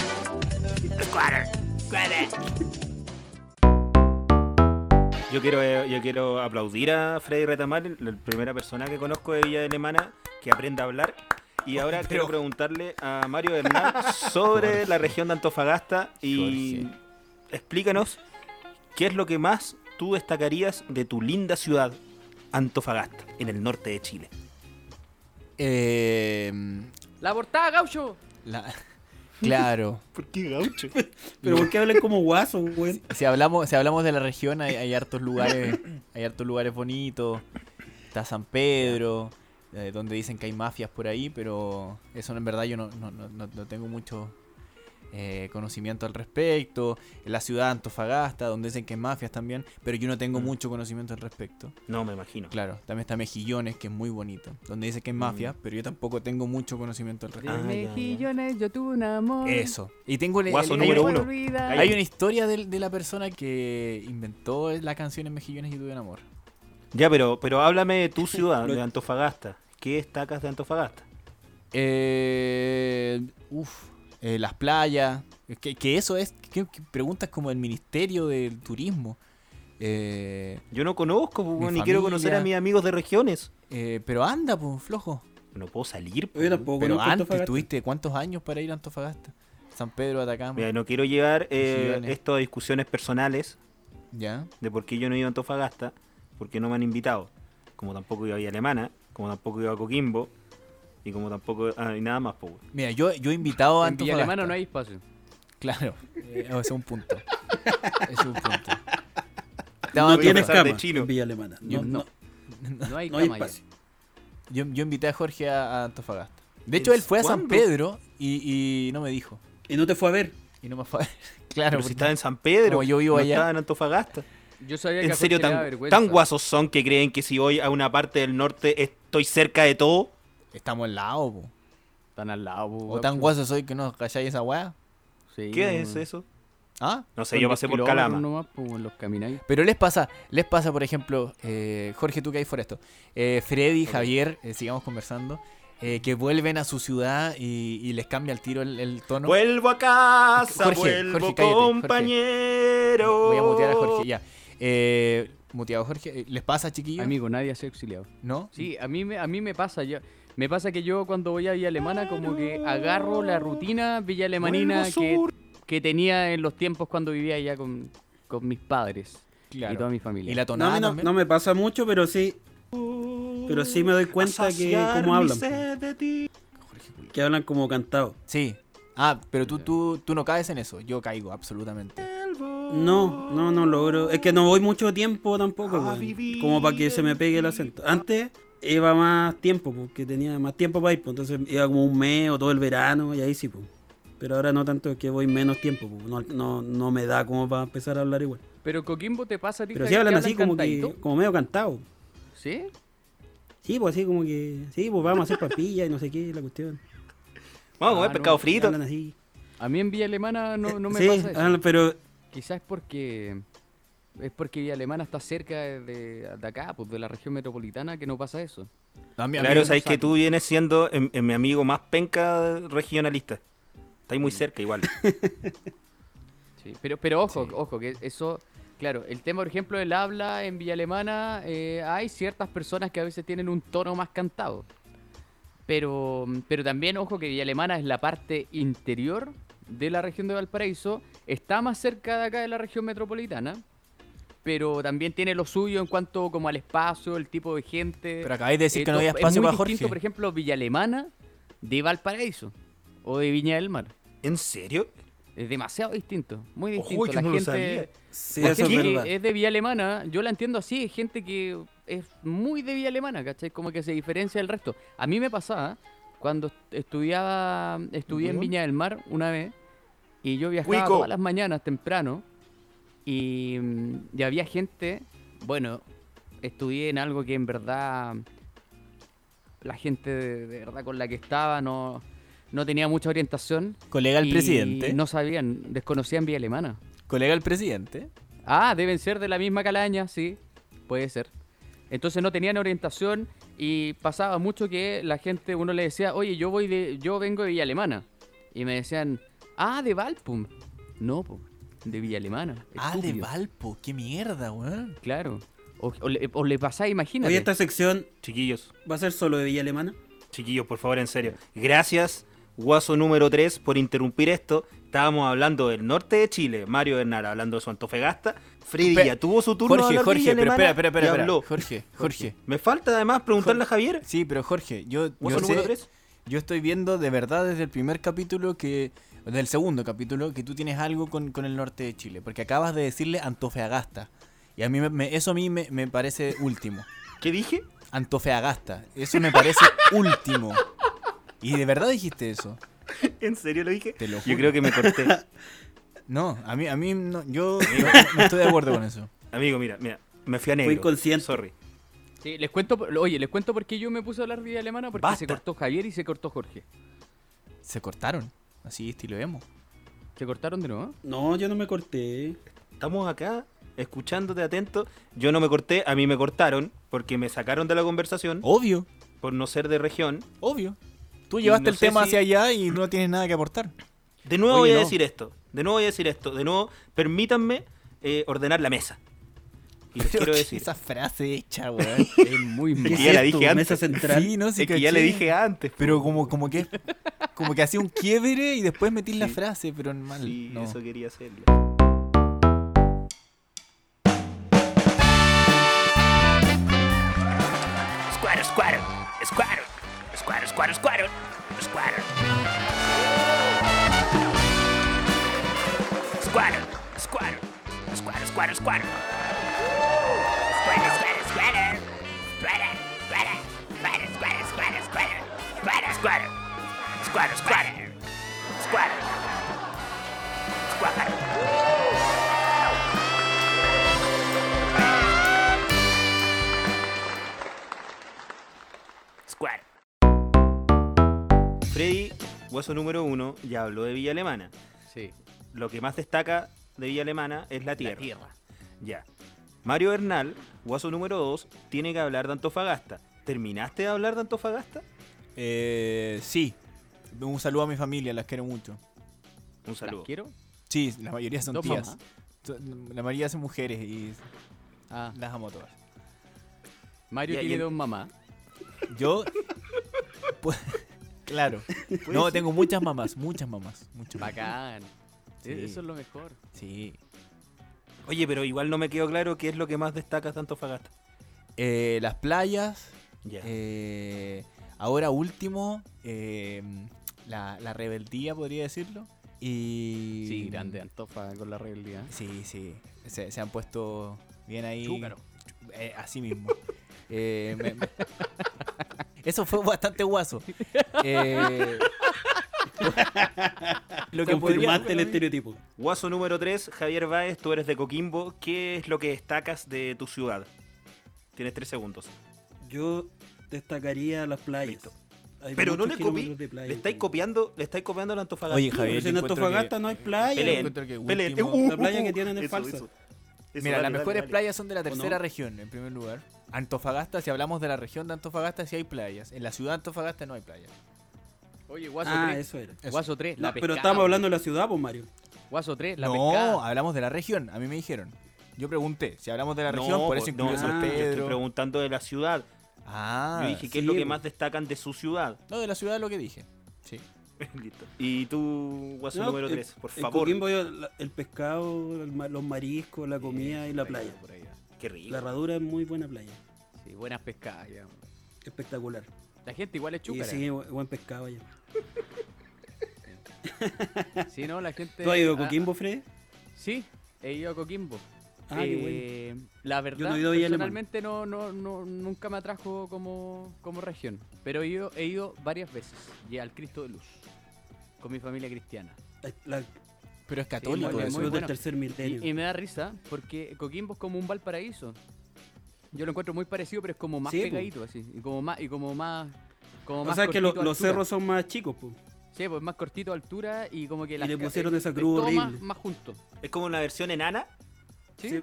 [SPEAKER 2] Yo quiero, eh, yo quiero aplaudir a Freddy Retamal, la primera persona que conozco de Villa Alemana que aprenda a hablar. Y ahora quiero preguntarle a Mario Hernán sobre la región de Antofagasta y explícanos qué es lo que más tú destacarías de tu linda ciudad, Antofagasta, en el norte de Chile.
[SPEAKER 4] em,
[SPEAKER 1] La portada, gaucho.
[SPEAKER 4] claro.
[SPEAKER 2] ¿Por qué gaucho?
[SPEAKER 3] Pero ¿por qué hablan como guaso, güey?
[SPEAKER 4] Si hablamos, si hablamos de la región, hay, hay hartos lugares, hay hartos lugares bonitos. Está San Pedro, eh, donde dicen que hay mafias por ahí, pero eso en verdad yo no, no- no- no- no tengo mucho eh, conocimiento al respecto. En la ciudad de Antofagasta, donde dicen que hay mafias también, pero yo no tengo
[SPEAKER 2] Mm.
[SPEAKER 4] mucho conocimiento al respecto.
[SPEAKER 2] No, me imagino.
[SPEAKER 4] Claro, también está Mejillones, que es muy bonito, donde dicen que hay
[SPEAKER 2] Mm.
[SPEAKER 4] mafias, pero yo tampoco tengo mucho conocimiento al
[SPEAKER 1] De
[SPEAKER 4] respecto.
[SPEAKER 2] Ah, ya, ya.
[SPEAKER 1] mejillones yo tuve un amor.
[SPEAKER 4] Eso. Y tengo el,
[SPEAKER 2] Guaso
[SPEAKER 4] el-
[SPEAKER 2] número
[SPEAKER 4] hay-
[SPEAKER 2] uno.
[SPEAKER 1] Olvida.
[SPEAKER 2] Ahí.
[SPEAKER 4] Hay una historia del- de, la persona que inventó la canción en Mejillones y tuve un amor.
[SPEAKER 2] Ya, pero, pero háblame de tu ciudad,
[SPEAKER 3] Lo-
[SPEAKER 2] de Antofagasta. ¿Qué destacas de Antofagasta?
[SPEAKER 4] Eh, uf, eh, las playas. Que, que eso es. que- que preguntas como el Ministerio del Turismo. Eh,
[SPEAKER 2] Yo no conozco, pues,
[SPEAKER 4] Mi
[SPEAKER 2] ni quiero conocer a mis
[SPEAKER 4] familia.
[SPEAKER 2] amigos de regiones.
[SPEAKER 4] eh, pero anda, pues, flojo.
[SPEAKER 2] No puedo salir.
[SPEAKER 3] Yo
[SPEAKER 2] pues.
[SPEAKER 3] tampoco
[SPEAKER 4] Pero
[SPEAKER 3] conozco
[SPEAKER 4] antes,
[SPEAKER 3] Antofagasta.
[SPEAKER 4] ¿tuviste cuántos años para ir a Antofagasta? San Pedro, Atacama.
[SPEAKER 2] Mira, no quiero llevar eh,
[SPEAKER 4] Decisiones.
[SPEAKER 2] esto a discusiones personales
[SPEAKER 4] ¿Ya?
[SPEAKER 2] de por qué yo no he ido a Antofagasta, porque no me han invitado. Como tampoco iba a Villa Alemana, como tampoco iba a Coquimbo, y como tampoco. Ah, y nada más, pues. güey.
[SPEAKER 4] Mira, yo, yo he invitado a
[SPEAKER 1] En Villa
[SPEAKER 4] Antofagasta.
[SPEAKER 1] Alemana no hay espacio.
[SPEAKER 4] Claro, eh, ese es un punto. Ese es un punto.
[SPEAKER 3] No,
[SPEAKER 4] Estaba
[SPEAKER 2] tiene
[SPEAKER 4] en
[SPEAKER 3] tienes
[SPEAKER 4] Antofagasta.
[SPEAKER 2] pasar de
[SPEAKER 3] cama
[SPEAKER 2] chino.
[SPEAKER 3] en Villa Alemana. No,
[SPEAKER 1] Yo-
[SPEAKER 3] no,
[SPEAKER 1] no. No hay
[SPEAKER 3] no hay
[SPEAKER 1] cama ya.
[SPEAKER 3] espacio.
[SPEAKER 4] Yo, yo invité a Jorge a, a Antofagasta. De hecho, él fue a San
[SPEAKER 2] ¿Cuándo?
[SPEAKER 4] Pedro y, y no me dijo.
[SPEAKER 3] Y no te fue a ver.
[SPEAKER 4] Y no me fue. Claro,
[SPEAKER 2] Pero si
[SPEAKER 4] porque-
[SPEAKER 2] estaba en San Pedro,
[SPEAKER 4] como yo vivo
[SPEAKER 2] no
[SPEAKER 4] allá.
[SPEAKER 2] estaba en Antofagasta.
[SPEAKER 1] Yo sabía que
[SPEAKER 2] En
[SPEAKER 1] a Jorge
[SPEAKER 2] serio,
[SPEAKER 1] le daba
[SPEAKER 2] tan,
[SPEAKER 1] vergüenza.
[SPEAKER 2] tan guasos son que creen que si voy a una parte del norte estoy cerca de todo.
[SPEAKER 4] estamos al lado, po.
[SPEAKER 1] Tan al lado. po,
[SPEAKER 4] O tan
[SPEAKER 1] guacho.
[SPEAKER 4] guaso soy que no calláis esa weá.
[SPEAKER 1] Sí,
[SPEAKER 2] ¿Qué es
[SPEAKER 1] no,
[SPEAKER 2] eso?
[SPEAKER 4] ¿Ah?
[SPEAKER 2] No sé,
[SPEAKER 1] son
[SPEAKER 2] yo
[SPEAKER 1] dos
[SPEAKER 2] pasé por
[SPEAKER 1] kilómetros
[SPEAKER 2] Calama.
[SPEAKER 1] nomás, po, bueno, los camináis.
[SPEAKER 4] Pero les pasa, les pasa, por ejemplo, eh, Jorge, tú que hay esto. Eh, Freddy, Javier, eh, sigamos conversando. eh, que vuelven a su ciudad y, y les cambia el tiro el, el tono.
[SPEAKER 2] Vuelvo a casa,
[SPEAKER 4] Jorge,
[SPEAKER 2] vuelvo
[SPEAKER 4] Jorge, cállate, Jorge.
[SPEAKER 2] compañero.
[SPEAKER 4] Voy a mutear a Jorge, ya. Eh, muteado Jorge, eh, ¿les pasa, chiquillos?
[SPEAKER 1] Amigo, nadie se ha exiliado.
[SPEAKER 4] ¿No?
[SPEAKER 1] Sí, a mí me, a mí me pasa. Yo, me pasa que yo cuando voy a Villa Alemana como que agarro la rutina Villa Alemanina
[SPEAKER 2] Vuelvo
[SPEAKER 1] que,
[SPEAKER 2] sur.
[SPEAKER 1] que tenía en los tiempos cuando vivía allá con, con mis padres y toda mi familia.
[SPEAKER 4] Y la
[SPEAKER 3] No, a
[SPEAKER 4] tonada
[SPEAKER 3] mí no,
[SPEAKER 4] también.
[SPEAKER 3] no me pasa mucho, pero sí. Pero sí me doy cuenta que
[SPEAKER 2] Saciar
[SPEAKER 3] cómo
[SPEAKER 2] mi
[SPEAKER 3] hablan.
[SPEAKER 2] sed de ti.
[SPEAKER 3] Que hablan como cantado.
[SPEAKER 4] Sí. Ah, pero tú, tú, tú no caes en eso. Yo caigo, absolutamente.
[SPEAKER 3] No, no, no logro. Es que no voy mucho tiempo tampoco,
[SPEAKER 2] A
[SPEAKER 3] weón.
[SPEAKER 2] vivir.
[SPEAKER 3] Como para que se me pegue el acento. Antes iba más tiempo, porque tenía más tiempo para ir, pues, entonces iba como un mes o todo el verano y ahí sí, pues. Pero ahora no tanto, es que voy menos tiempo, pues. no, no, no me da como para empezar a hablar igual.
[SPEAKER 1] Pero Coquimbo te pasa a ti
[SPEAKER 3] Pero
[SPEAKER 1] que-
[SPEAKER 3] sí
[SPEAKER 1] que
[SPEAKER 3] hablan así como que,
[SPEAKER 1] cantadito.
[SPEAKER 3] como medio cantado.
[SPEAKER 1] ¿Sí?
[SPEAKER 3] Sí, pues así como que, sí, pues vamos a hacer papilla y no sé qué, la cuestión.
[SPEAKER 2] Vamos a comer
[SPEAKER 1] Ah, no,
[SPEAKER 2] pescado frito.
[SPEAKER 3] Hablan así.
[SPEAKER 1] A mí en Villa Alemana no, no me
[SPEAKER 3] sí,
[SPEAKER 1] pasa eso.
[SPEAKER 3] ah, pero
[SPEAKER 1] Quizás es porque es porque Villa Alemana está cerca de, de acá, pues de la región metropolitana, que no pasa eso.
[SPEAKER 4] No, a mí- a
[SPEAKER 1] amigo
[SPEAKER 4] mí
[SPEAKER 2] Claro,
[SPEAKER 1] no
[SPEAKER 2] sabéis
[SPEAKER 1] sabe.
[SPEAKER 2] que tú vienes siendo em- em- mi amigo más penca regionalista. Estáis muy cerca igual.
[SPEAKER 1] Sí, Pero, pero ojo,
[SPEAKER 4] Sí.
[SPEAKER 1] ojo, que eso, claro, el tema, por ejemplo, del habla en Villa Alemana, eh, hay ciertas personas que a veces tienen un tono más cantado. Pero, pero también, ojo, que Villa Alemana es la parte interior de la región de Valparaíso, está más cerca de acá de la región metropolitana, pero también tiene lo suyo en cuanto como al espacio, el tipo de gente.
[SPEAKER 4] Pero acabáis de decir
[SPEAKER 1] Eh,
[SPEAKER 4] que no
[SPEAKER 1] to-
[SPEAKER 4] había
[SPEAKER 1] es
[SPEAKER 4] espacio
[SPEAKER 1] muy
[SPEAKER 4] para Jorge.
[SPEAKER 1] distinto, por ejemplo, Villa Alemana de Valparaíso o de Viña del Mar.
[SPEAKER 2] ¿En serio?
[SPEAKER 1] Es demasiado distinto, muy
[SPEAKER 2] Ojo,
[SPEAKER 1] distinto.
[SPEAKER 2] yo
[SPEAKER 1] la
[SPEAKER 2] no lo
[SPEAKER 1] gente,
[SPEAKER 2] sabía.
[SPEAKER 3] sí,
[SPEAKER 1] la
[SPEAKER 3] eso es
[SPEAKER 1] gente que eh,
[SPEAKER 3] verdad.
[SPEAKER 1] es de vía alemana, yo la entiendo así, es gente que es muy de vía alemana, ¿cachai? Como que se diferencia del resto. A mí me pasaba cuando est- estudiaba, estudié en
[SPEAKER 2] Weón.
[SPEAKER 1] Viña del Mar una vez y yo viajaba
[SPEAKER 2] Cuico.
[SPEAKER 1] todas las mañanas temprano y, mm, y había gente, bueno, estudié en algo que en verdad la gente de, de verdad con la que estaba no, no tenía mucha orientación.
[SPEAKER 4] Colega el
[SPEAKER 1] y
[SPEAKER 4] presidente.
[SPEAKER 1] No sabían, desconocían vía alemana.
[SPEAKER 4] Colega el presidente.
[SPEAKER 1] Ah, deben ser de la misma calaña, sí, puede ser. Entonces no tenían orientación y pasaba mucho que la gente, uno le decía, oye, yo voy de, yo vengo de Villa Alemana. Y me decían, ah, de Valpum. No, po, de Villa Alemana.
[SPEAKER 4] Ah, de
[SPEAKER 1] estúpido".
[SPEAKER 4] Valpo. Qué mierda, weón.
[SPEAKER 1] Claro. O, o le, o le pasaba, imagínate.
[SPEAKER 3] Hoy esta sección
[SPEAKER 2] Chiquillos,
[SPEAKER 3] va a ser solo de Villa Alemana.
[SPEAKER 2] chiquillos, por favor, en serio. Gracias, guaso número 3, por interrumpir esto. Estábamos hablando del norte de Chile, Mario Bernal hablando de su Antofagasta. Freddy
[SPEAKER 4] Pe-
[SPEAKER 2] ya tuvo su turno. de
[SPEAKER 4] Jorge,
[SPEAKER 2] hablar de
[SPEAKER 4] Jorge,
[SPEAKER 2] Villa
[SPEAKER 4] pero espera,
[SPEAKER 2] Alemana
[SPEAKER 4] espera,
[SPEAKER 2] y
[SPEAKER 4] espera. espera.
[SPEAKER 2] habló.
[SPEAKER 4] Jorge, Jorge.
[SPEAKER 2] Me falta además preguntarle a Javier.
[SPEAKER 4] Sí, pero Jorge, yo, yo
[SPEAKER 2] Guaso número
[SPEAKER 4] sé-
[SPEAKER 2] 3.
[SPEAKER 4] yo estoy viendo de verdad desde el primer capítulo que. Del segundo capítulo, que tú tienes algo con, con el norte de Chile. Porque acabas de decirle Antofeagasta. Y a mí me- me- eso a mí me, me parece último.
[SPEAKER 2] ¿Qué dije?
[SPEAKER 4] Antofeagasta. Eso me parece último. Y de verdad dijiste eso.
[SPEAKER 2] ¿En serio lo dije?
[SPEAKER 4] Te lo juro.
[SPEAKER 2] Yo creo que me corté.
[SPEAKER 4] No, a mí, a mí no, yo no- no estoy de acuerdo con eso.
[SPEAKER 2] Amigo, mira, mira. Me fui a negro.
[SPEAKER 3] inconsciente.
[SPEAKER 2] Sorry.
[SPEAKER 1] Sí, les cuento, por- oye, les cuento por qué yo me puse a hablar de Villa Alemana, porque se
[SPEAKER 2] Basta.
[SPEAKER 1] cortó Javier y se cortó Jorge.
[SPEAKER 4] Se cortaron. Así estilo emo.
[SPEAKER 1] ¿Se cortaron de nuevo?
[SPEAKER 3] No, yo no me corté.
[SPEAKER 2] Estamos acá escuchándote atento. Yo no me corté, a mí me cortaron porque me sacaron de la conversación
[SPEAKER 4] Obvio,
[SPEAKER 2] por no ser de región.
[SPEAKER 4] obvio. Tú
[SPEAKER 2] Y
[SPEAKER 4] llevaste
[SPEAKER 2] no
[SPEAKER 4] el
[SPEAKER 2] sé
[SPEAKER 4] tema
[SPEAKER 2] si-
[SPEAKER 4] hacia allá y no tienes nada que aportar.
[SPEAKER 2] De nuevo voy
[SPEAKER 4] Oye,
[SPEAKER 2] a
[SPEAKER 4] no.
[SPEAKER 2] decir esto. De nuevo voy a decir esto. De nuevo, permítanme eh, ordenar la mesa. Y les
[SPEAKER 4] Pero
[SPEAKER 2] quiero
[SPEAKER 4] que
[SPEAKER 2] decir.
[SPEAKER 4] Esa frase hecha, weón.
[SPEAKER 1] Es muy
[SPEAKER 2] Que
[SPEAKER 1] mal.
[SPEAKER 2] ya la
[SPEAKER 3] esto?
[SPEAKER 2] dije antes.
[SPEAKER 3] Mesa central.
[SPEAKER 4] Sí, no, sí
[SPEAKER 2] Es que ya le
[SPEAKER 4] caché.
[SPEAKER 2] dije antes.
[SPEAKER 4] Pero como, como que como que hacía un quiebre y después metí la frase, pero mal.
[SPEAKER 2] Sí,
[SPEAKER 4] no.
[SPEAKER 2] eso quería hacerlo. Square, square, square, square, square, square, square. Square, square, square, square, square.
[SPEAKER 5] Squatter, squatter, squatter. Squatter, squatter. Squatter, squatter, squatter, squatter. Squatter, squatter. Squatter, squatter. Squatter. Squatter. Squatter.
[SPEAKER 2] Freddy, hueso número uno, ya habló de Villa Alemana.
[SPEAKER 1] Sí.
[SPEAKER 2] Lo que más destaca de Villa Alemana es la tierra. Ya. Mario Bernal, hueso número dos, tiene que hablar de Antofagasta. ¿Terminaste de hablar de Antofagasta?
[SPEAKER 4] Eh, sí. Un saludo a mi familia, las quiero mucho.
[SPEAKER 2] Un
[SPEAKER 1] ¿Las
[SPEAKER 2] saludo.
[SPEAKER 1] quiero?
[SPEAKER 4] Sí, la mayoría son
[SPEAKER 1] ¿Dos
[SPEAKER 4] tías.
[SPEAKER 1] mamás?
[SPEAKER 4] So- La mayoría son mujeres y
[SPEAKER 1] Ah,
[SPEAKER 4] las amo a todas.
[SPEAKER 1] Mario
[SPEAKER 2] Ya, y
[SPEAKER 1] tiene
[SPEAKER 2] el-
[SPEAKER 1] dos mamás.
[SPEAKER 4] Yo. Pu- claro. No, tengo muchas mamás, muchas mamás. Muchas mamás.
[SPEAKER 1] Bacán.
[SPEAKER 4] Sí.
[SPEAKER 1] E- Eso es lo mejor.
[SPEAKER 4] Sí.
[SPEAKER 2] Oye, pero igual no me quedó claro qué es lo que más destacas de Antofagasta.
[SPEAKER 4] Eh, las playas.
[SPEAKER 2] Ya.
[SPEAKER 4] eh, ahora último. eh, la, la rebeldía, podría decirlo. Y.
[SPEAKER 1] Sí, grande Antofa con la rebeldía.
[SPEAKER 4] Sí, sí. Se, se han puesto bien ahí.
[SPEAKER 1] Chúcaro.
[SPEAKER 4] Eh, así mismo. Eh, me- me- Eso fue bastante guaso. Eh,
[SPEAKER 3] Lo
[SPEAKER 4] O sea,
[SPEAKER 3] que
[SPEAKER 4] podría-
[SPEAKER 3] confirmaste el estereotipo.
[SPEAKER 2] Guaso número 3, Javier Báez, tú eres de Coquimbo. ¿Qué es lo que destacas de tu ciudad? Tienes tres segundos.
[SPEAKER 3] Yo destacaría las playas.
[SPEAKER 2] Listo.
[SPEAKER 3] Hay
[SPEAKER 2] Pero no
[SPEAKER 3] muchos
[SPEAKER 2] le
[SPEAKER 3] kilómetros
[SPEAKER 2] copié.
[SPEAKER 3] de playa
[SPEAKER 2] Le estáis
[SPEAKER 3] que-
[SPEAKER 2] copiando, le estáis copiando a la Antofagasta.
[SPEAKER 4] Oye,
[SPEAKER 3] Sí,
[SPEAKER 4] Javier,
[SPEAKER 3] pues
[SPEAKER 4] yo
[SPEAKER 3] en
[SPEAKER 4] encuentro
[SPEAKER 3] Antofagasta
[SPEAKER 4] que-
[SPEAKER 3] no hay playa. pues.
[SPEAKER 4] Peleen.
[SPEAKER 3] Encuentro
[SPEAKER 4] encuentro que
[SPEAKER 2] Belén,
[SPEAKER 4] último-
[SPEAKER 2] eh, uh,
[SPEAKER 3] La playa
[SPEAKER 2] uh,
[SPEAKER 3] que tienen es
[SPEAKER 2] eso,
[SPEAKER 3] falsa.
[SPEAKER 2] eso. Eso,
[SPEAKER 4] Mira,
[SPEAKER 2] dale,
[SPEAKER 4] las
[SPEAKER 2] dale,
[SPEAKER 4] mejores
[SPEAKER 2] dale.
[SPEAKER 4] playas son de la
[SPEAKER 3] no?
[SPEAKER 4] tercera región, en primer lugar. Antofagasta, si hablamos de la región de Antofagasta, sí hay playas. En la ciudad de Antofagasta no hay playas.
[SPEAKER 1] Oye, Guaso
[SPEAKER 3] Ah,
[SPEAKER 1] 3.
[SPEAKER 3] eso era.
[SPEAKER 1] Guaso 3, la
[SPEAKER 3] No, pero
[SPEAKER 1] pescada,
[SPEAKER 3] estamos hablando de la ciudad, pues Mario.
[SPEAKER 1] Guaso 3, la
[SPEAKER 4] no,
[SPEAKER 1] pescada.
[SPEAKER 4] hablamos de la región, a mí me dijeron. Yo pregunté, si hablamos de la
[SPEAKER 2] No,
[SPEAKER 4] región, por eso
[SPEAKER 2] pues,
[SPEAKER 4] incluyo
[SPEAKER 2] no,
[SPEAKER 4] San
[SPEAKER 2] yo estoy
[SPEAKER 4] Pedro.
[SPEAKER 2] preguntando de la ciudad.
[SPEAKER 4] Ah,
[SPEAKER 2] Yo dije, ¿qué es
[SPEAKER 3] sí,
[SPEAKER 2] lo que
[SPEAKER 3] pues.
[SPEAKER 2] más destacan de su ciudad?
[SPEAKER 4] no, de la ciudad lo que dije. Sí.
[SPEAKER 2] Listo. Y tú, guaso
[SPEAKER 3] No,
[SPEAKER 2] número
[SPEAKER 3] en-
[SPEAKER 2] 3, por
[SPEAKER 3] en
[SPEAKER 2] favor.
[SPEAKER 3] Coquimbo yo- la- el pescado, el ma- los mariscos, la comida y la playa.
[SPEAKER 2] Por ahí va. Qué rico.
[SPEAKER 3] La herradura es muy buena playa.
[SPEAKER 1] Sí, buenas pescadas. ya.
[SPEAKER 3] Espectacular.
[SPEAKER 1] La gente igual es
[SPEAKER 3] Y
[SPEAKER 1] chúcara.
[SPEAKER 3] sí, bu- buen pescado allá.
[SPEAKER 1] Sí, no, la gente.
[SPEAKER 3] ¿Tú has ido a
[SPEAKER 1] ah,
[SPEAKER 3] Coquimbo, Fred?
[SPEAKER 1] Sí, he ido a Coquimbo.
[SPEAKER 3] Ah, qué
[SPEAKER 1] Eh, La verdad,
[SPEAKER 3] Yo no he ido a Villa Alemana.
[SPEAKER 1] personalmente no, no, no, nunca me atrajo como, como región. Pero he ido, he ido varias veces y al Cristo de Luz con mi familia cristiana.
[SPEAKER 3] La,
[SPEAKER 4] Pero es
[SPEAKER 1] Muy
[SPEAKER 3] la
[SPEAKER 4] católico.
[SPEAKER 1] bueno,
[SPEAKER 3] la
[SPEAKER 1] muy
[SPEAKER 4] eso.
[SPEAKER 3] ciudad del
[SPEAKER 1] bueno.
[SPEAKER 3] tercer
[SPEAKER 1] Y, y
[SPEAKER 3] milenio.
[SPEAKER 1] me da risa porque Coquimbo es como un Valparaíso. Yo lo encuentro muy parecido, pero es como más
[SPEAKER 3] Sí, po.
[SPEAKER 1] pegadito así y como más y como más como
[SPEAKER 3] O
[SPEAKER 1] más
[SPEAKER 3] sea que lo-
[SPEAKER 1] cortito de
[SPEAKER 3] los
[SPEAKER 1] altura.
[SPEAKER 3] cerros son más chicos, pues.
[SPEAKER 1] Sí, pues más cortito de altura y como que
[SPEAKER 3] Y
[SPEAKER 1] las
[SPEAKER 3] le
[SPEAKER 1] ca-
[SPEAKER 3] pusieron
[SPEAKER 1] eh,
[SPEAKER 3] esa
[SPEAKER 1] es
[SPEAKER 3] cruz
[SPEAKER 1] todo más,
[SPEAKER 3] horrible.
[SPEAKER 1] más junto.
[SPEAKER 2] Es como una versión enana.
[SPEAKER 1] ¿Sí?
[SPEAKER 3] Sí.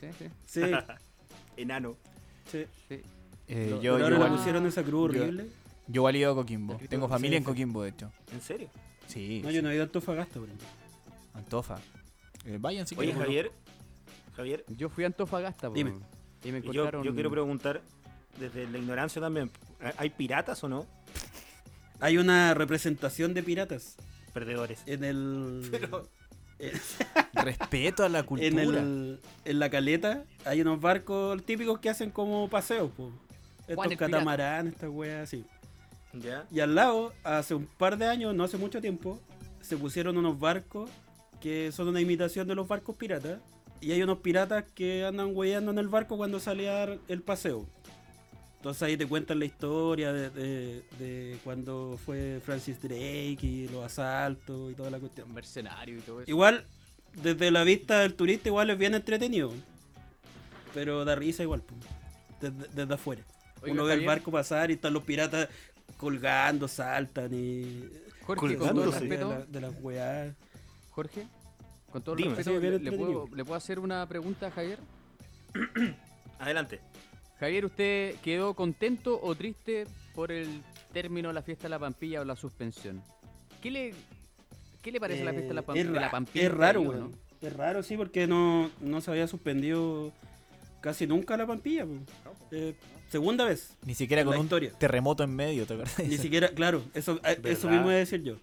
[SPEAKER 1] Sí, sí. sí,
[SPEAKER 3] Sí,
[SPEAKER 2] Enano.
[SPEAKER 3] sí.
[SPEAKER 4] Eh,
[SPEAKER 1] Lo-
[SPEAKER 3] Pero
[SPEAKER 4] yo, yo,
[SPEAKER 3] ahora le
[SPEAKER 1] igual-
[SPEAKER 3] pusieron esa cruz
[SPEAKER 4] yo-
[SPEAKER 3] horrible.
[SPEAKER 4] yo igual he ido a Coquimbo.
[SPEAKER 1] Escrito-
[SPEAKER 4] Tengo
[SPEAKER 3] sí,
[SPEAKER 4] familia en
[SPEAKER 3] sí.
[SPEAKER 4] Coquimbo, de hecho.
[SPEAKER 2] ¿En serio?
[SPEAKER 4] Sí.
[SPEAKER 3] No, yo no he ido a Antofagasta, por ejemplo.
[SPEAKER 4] Antofa. Eh, vayan si
[SPEAKER 2] Oye,
[SPEAKER 4] quieren.
[SPEAKER 2] Javier. Javier,
[SPEAKER 1] Yo fui a Antofagasta, po,
[SPEAKER 3] Dime.
[SPEAKER 1] Y me
[SPEAKER 2] y yo,
[SPEAKER 1] encontraron
[SPEAKER 2] yo quiero preguntar, desde la ignorancia también, ¿hay piratas o no?
[SPEAKER 3] Hay una representación de piratas
[SPEAKER 2] Perdedores.
[SPEAKER 3] en el. en-
[SPEAKER 4] Respeto a la cultura.
[SPEAKER 3] en, el, en la caleta hay unos barcos típicos que hacen como paseos, po.
[SPEAKER 1] Juan
[SPEAKER 3] Estos
[SPEAKER 1] el Pirata.
[SPEAKER 3] catamaranes, estas weas así.
[SPEAKER 2] ¿Ya?
[SPEAKER 3] Y al lado, hace un par de años, no hace mucho tiempo, se pusieron unos barcos que son una imitación de los barcos piratas. Y hay unos piratas que andan hueando en el barco cuando sale a dar el paseo. Entonces ahí te cuentan la historia de, de- de cuando fue Francis Drake y los asaltos y toda la cuestión.
[SPEAKER 1] mercenario y todo eso.
[SPEAKER 3] Igual, desde la vista del turista, igual es bien entretenido. Pero da risa igual, po, desde, desde afuera.
[SPEAKER 1] Oiga,
[SPEAKER 3] Uno ve el
[SPEAKER 1] Javier.
[SPEAKER 3] barco pasar y están los piratas colgando, saltan y.
[SPEAKER 1] Jorge, con todo el
[SPEAKER 2] Colgándose.
[SPEAKER 3] de,
[SPEAKER 1] respeto,
[SPEAKER 3] la- de las weas.
[SPEAKER 1] Jorge, con todo el
[SPEAKER 2] Dime.
[SPEAKER 1] respeto,
[SPEAKER 3] Sí, bien
[SPEAKER 1] ¿le, le puedo,
[SPEAKER 3] entretenido.
[SPEAKER 1] ¿le puedo hacer una pregunta a Javier?
[SPEAKER 2] Adelante.
[SPEAKER 1] Javier, ¿usted quedó contento o triste por el término de la fiesta de la pampilla o la suspensión? ¿Qué le, qué le parece la fiesta de la,
[SPEAKER 3] Eh,
[SPEAKER 1] pam- de la
[SPEAKER 3] ra-
[SPEAKER 1] pampilla?
[SPEAKER 3] Es raro,
[SPEAKER 1] digo,
[SPEAKER 3] weón.
[SPEAKER 1] ¿no?
[SPEAKER 3] Es raro, sí, porque no, no se había suspendido casi nunca la pampilla. po. Eh, segunda vez.
[SPEAKER 4] Ni siquiera con
[SPEAKER 3] La
[SPEAKER 4] un
[SPEAKER 3] historia.
[SPEAKER 4] terremoto en medio, ¿te acuerdas?
[SPEAKER 3] Ni siquiera, claro, eso, a- eso
[SPEAKER 2] ¿Verdad?
[SPEAKER 3] mismo iba a decir yo.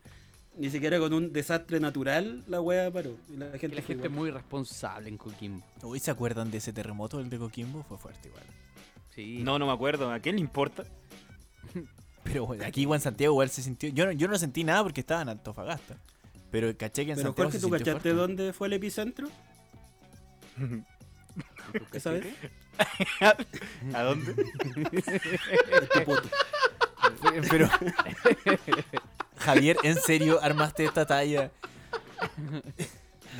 [SPEAKER 3] Ni siquiera con un desastre natural la wea paró. Y la
[SPEAKER 1] Que
[SPEAKER 3] gente,
[SPEAKER 1] La
[SPEAKER 3] fue
[SPEAKER 1] gente es
[SPEAKER 3] igual.
[SPEAKER 1] muy responsable en Coquimbo.
[SPEAKER 4] Hoy se acuerdan de ese terremoto, el de Coquimbo, fue fuerte igual.
[SPEAKER 1] Sí.
[SPEAKER 2] No, no me acuerdo. ¿A quién le importa?
[SPEAKER 4] Pero bueno, aquí igual en Santiago igual se sintió. Yo no, yo no sentí nada porque estaba en Antofagasta. Pero caché que en
[SPEAKER 3] Pero
[SPEAKER 4] Santiago
[SPEAKER 3] Jorge, ¿tú
[SPEAKER 4] se sintió
[SPEAKER 3] cachaste
[SPEAKER 4] fuerte.
[SPEAKER 3] dónde fue el epicentro? ¿Esa vez?
[SPEAKER 2] ¿A dónde?
[SPEAKER 3] Este poto.
[SPEAKER 4] Pero Javier, en serio armaste esta talla.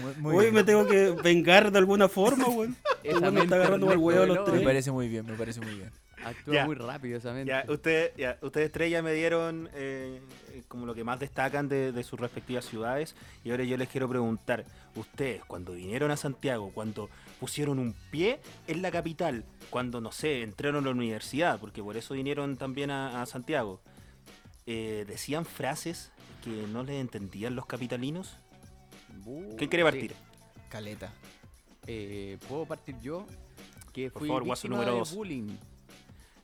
[SPEAKER 4] Muy, muy
[SPEAKER 3] Uy,
[SPEAKER 4] bien.
[SPEAKER 3] me tengo que vengar de alguna forma, weón.
[SPEAKER 1] Esa
[SPEAKER 3] Bueno,
[SPEAKER 1] mente
[SPEAKER 3] está agarrando mal
[SPEAKER 1] Ernesto
[SPEAKER 3] huevo los
[SPEAKER 1] Veloz,
[SPEAKER 3] tres.
[SPEAKER 4] Me parece muy bien, me parece muy bien.
[SPEAKER 1] eh, Actúa
[SPEAKER 2] Ya.
[SPEAKER 1] muy rápido esa mente. Uh,
[SPEAKER 2] Ya, usted, ya, ustedes tres ya me dieron eh, eh, como lo que más destacan de, de sus respectivas ciudades. Y ahora yo les quiero preguntar, ustedes cuando vinieron a Santiago, cuando pusieron un pie en la capital, cuando, no sé, entraron a la universidad, porque por eso vinieron también a, a Santiago, eh, ¿decían frases que no les entendían los capitalinos? ¿Quién quiere
[SPEAKER 1] Sí.
[SPEAKER 2] partir?
[SPEAKER 4] Caleta.
[SPEAKER 1] Eh, ¿Puedo partir yo? Que
[SPEAKER 2] Por
[SPEAKER 1] fui
[SPEAKER 2] favor, guaso
[SPEAKER 1] víctima
[SPEAKER 2] número
[SPEAKER 1] de
[SPEAKER 2] dos.
[SPEAKER 1] bullying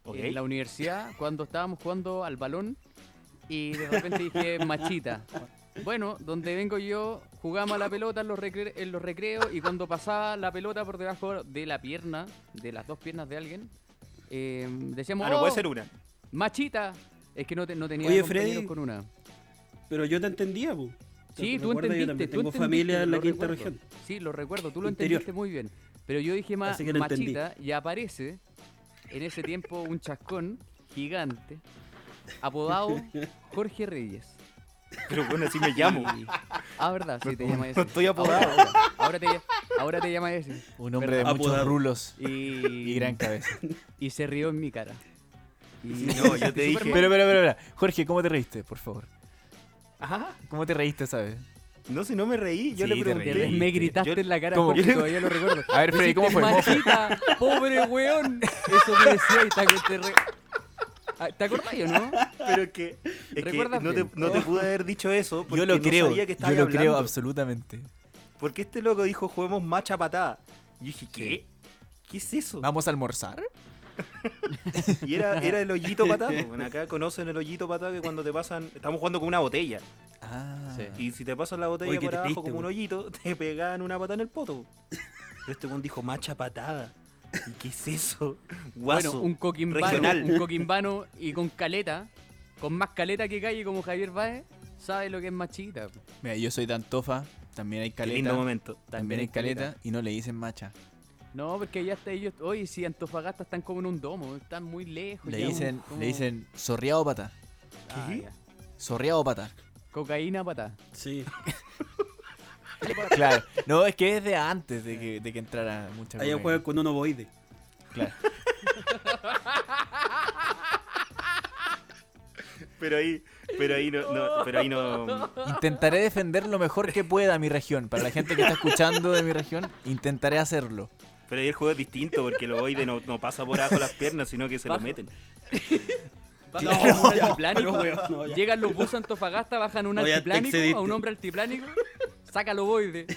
[SPEAKER 2] ¿Ok?
[SPEAKER 1] en la universidad cuando estábamos jugando al balón y de repente dije machita. Bueno, donde vengo yo, jugamos a la pelota en los, recre- en los recreos y cuando pasaba la pelota por debajo de la pierna, de las dos piernas de alguien, eh, decíamos,
[SPEAKER 2] Ah, no,
[SPEAKER 1] "Oh,
[SPEAKER 2] puede ser una.
[SPEAKER 1] machita. Es que no, te- no tenía
[SPEAKER 3] Oye,
[SPEAKER 1] compañeros
[SPEAKER 3] Freddy.
[SPEAKER 1] con una.
[SPEAKER 3] Pero yo te entendía, po.
[SPEAKER 1] Sí,
[SPEAKER 3] ¿Te
[SPEAKER 1] tú
[SPEAKER 3] acuerdas? pues, Yo
[SPEAKER 1] entendiste.
[SPEAKER 3] también
[SPEAKER 1] tú
[SPEAKER 3] tengo
[SPEAKER 1] entendiste,
[SPEAKER 3] familia en la
[SPEAKER 1] lo
[SPEAKER 3] quinta
[SPEAKER 1] recuerdo.
[SPEAKER 3] región.
[SPEAKER 1] Sí, lo recuerdo, tú lo
[SPEAKER 3] Interior.
[SPEAKER 1] entendiste muy bien. Pero yo dije más
[SPEAKER 3] Así que lo entendí.
[SPEAKER 1] machita y aparece en ese tiempo un chascón gigante apodado Jorge Reyes.
[SPEAKER 2] Pero bueno, así me llamo.
[SPEAKER 1] Y- Ah, verdad, sí, te llamas
[SPEAKER 2] no
[SPEAKER 1] ese.
[SPEAKER 2] estoy apodado.
[SPEAKER 1] Ahora, ahora, ahora te, ahora te llamas ese.
[SPEAKER 4] Un hombre de
[SPEAKER 3] Verdad.
[SPEAKER 4] muchos
[SPEAKER 3] Apodado.
[SPEAKER 4] rulos
[SPEAKER 1] Y,
[SPEAKER 4] y gran cabeza.
[SPEAKER 1] y se rió en mi cara.
[SPEAKER 2] Y no, yo te dije.
[SPEAKER 4] Pero, pero, pero, pero, Jorge, ¿cómo te reíste, por favor?
[SPEAKER 2] Ajá.
[SPEAKER 4] ¿Cómo te reíste, sabes?
[SPEAKER 2] No, si no me reí, yo
[SPEAKER 4] Sí,
[SPEAKER 2] le
[SPEAKER 4] te
[SPEAKER 2] pregunté.
[SPEAKER 4] reí.
[SPEAKER 1] Me gritaste
[SPEAKER 2] Yo-
[SPEAKER 1] en la cara
[SPEAKER 4] ¿Cómo?
[SPEAKER 1] porque todavía lo recuerdo.
[SPEAKER 4] A ver, Freddy, ¿cómo fue?
[SPEAKER 1] Pues Machita, pobre weón. Eso me decía y hasta que te re- Ah, ¿Te acordás o no?
[SPEAKER 2] Pero es que, es que
[SPEAKER 1] ¿Recuerdas
[SPEAKER 2] no, te,
[SPEAKER 1] bien?
[SPEAKER 2] no te pude haber dicho eso porque
[SPEAKER 4] yo lo
[SPEAKER 2] no
[SPEAKER 4] creo,
[SPEAKER 2] sabía que
[SPEAKER 4] yo
[SPEAKER 2] estaba
[SPEAKER 4] lo
[SPEAKER 2] hablando.
[SPEAKER 4] creo absolutamente.
[SPEAKER 2] Porque este loco dijo, juguemos macha patada. Y yo dije, ¿qué? ¿Qué es eso?
[SPEAKER 4] ¿Vamos a almorzar?
[SPEAKER 2] Y era, era el hoyito patada. pues, bueno, acá conocen el hoyito patada que cuando te pasan... Estamos jugando con una botella.
[SPEAKER 4] Ah,
[SPEAKER 1] Sí.
[SPEAKER 2] Y si te pasan la botella
[SPEAKER 3] Oye, qué
[SPEAKER 2] por abajo
[SPEAKER 3] triste,
[SPEAKER 2] como un
[SPEAKER 3] güey.
[SPEAKER 4] pues.
[SPEAKER 2] hoyito, te pegaban una patada en el poto. Pero este buen dijo, macha patada. ¿Y qué es eso? Guaso.
[SPEAKER 1] Bueno, un coquimbano,
[SPEAKER 2] Regional.
[SPEAKER 1] un coquimbano y con caleta, con más caleta que calle como Javier Baez, sabe lo que es machita.
[SPEAKER 4] Mira, yo soy de Antofa, también hay
[SPEAKER 2] Qué
[SPEAKER 4] caleta.
[SPEAKER 2] lindo momento.
[SPEAKER 4] También hay caleta y no le dicen macha.
[SPEAKER 1] No, porque ya está ellos, oye, si Antofagasta están como en un domo, están muy lejos.
[SPEAKER 4] Le
[SPEAKER 1] ya,
[SPEAKER 4] dicen,
[SPEAKER 1] como-
[SPEAKER 4] le dicen sorreado pata.
[SPEAKER 1] Ah,
[SPEAKER 2] ¿Qué?
[SPEAKER 1] ya.
[SPEAKER 4] Sorreado pata.
[SPEAKER 1] Cocaína pata.
[SPEAKER 3] Sí.
[SPEAKER 4] Claro. No, es que es de antes de que, de que entrara
[SPEAKER 3] Allá
[SPEAKER 4] mucha cocaína.
[SPEAKER 3] juegan con un ovoide.
[SPEAKER 4] Claro.
[SPEAKER 2] Pero ahí, pero ahí no, no- pero ahí no.
[SPEAKER 4] Intentaré defender lo mejor que pueda mi región. Para la gente que está escuchando de mi región, intentaré hacerlo.
[SPEAKER 2] Pero ahí el juego es distinto porque lo oide no, no pasa por abajo las piernas, sino que se lo
[SPEAKER 1] Bajo.
[SPEAKER 2] meten.
[SPEAKER 1] Bajan a un
[SPEAKER 3] no,
[SPEAKER 1] altiplánico,
[SPEAKER 3] weón, no, ya.
[SPEAKER 1] llegan los buses a Antofagasta, bajan a un
[SPEAKER 3] No, ya te
[SPEAKER 1] altiplánico,
[SPEAKER 3] excediste.
[SPEAKER 1] a un hombre altiplánico, sácalo boide.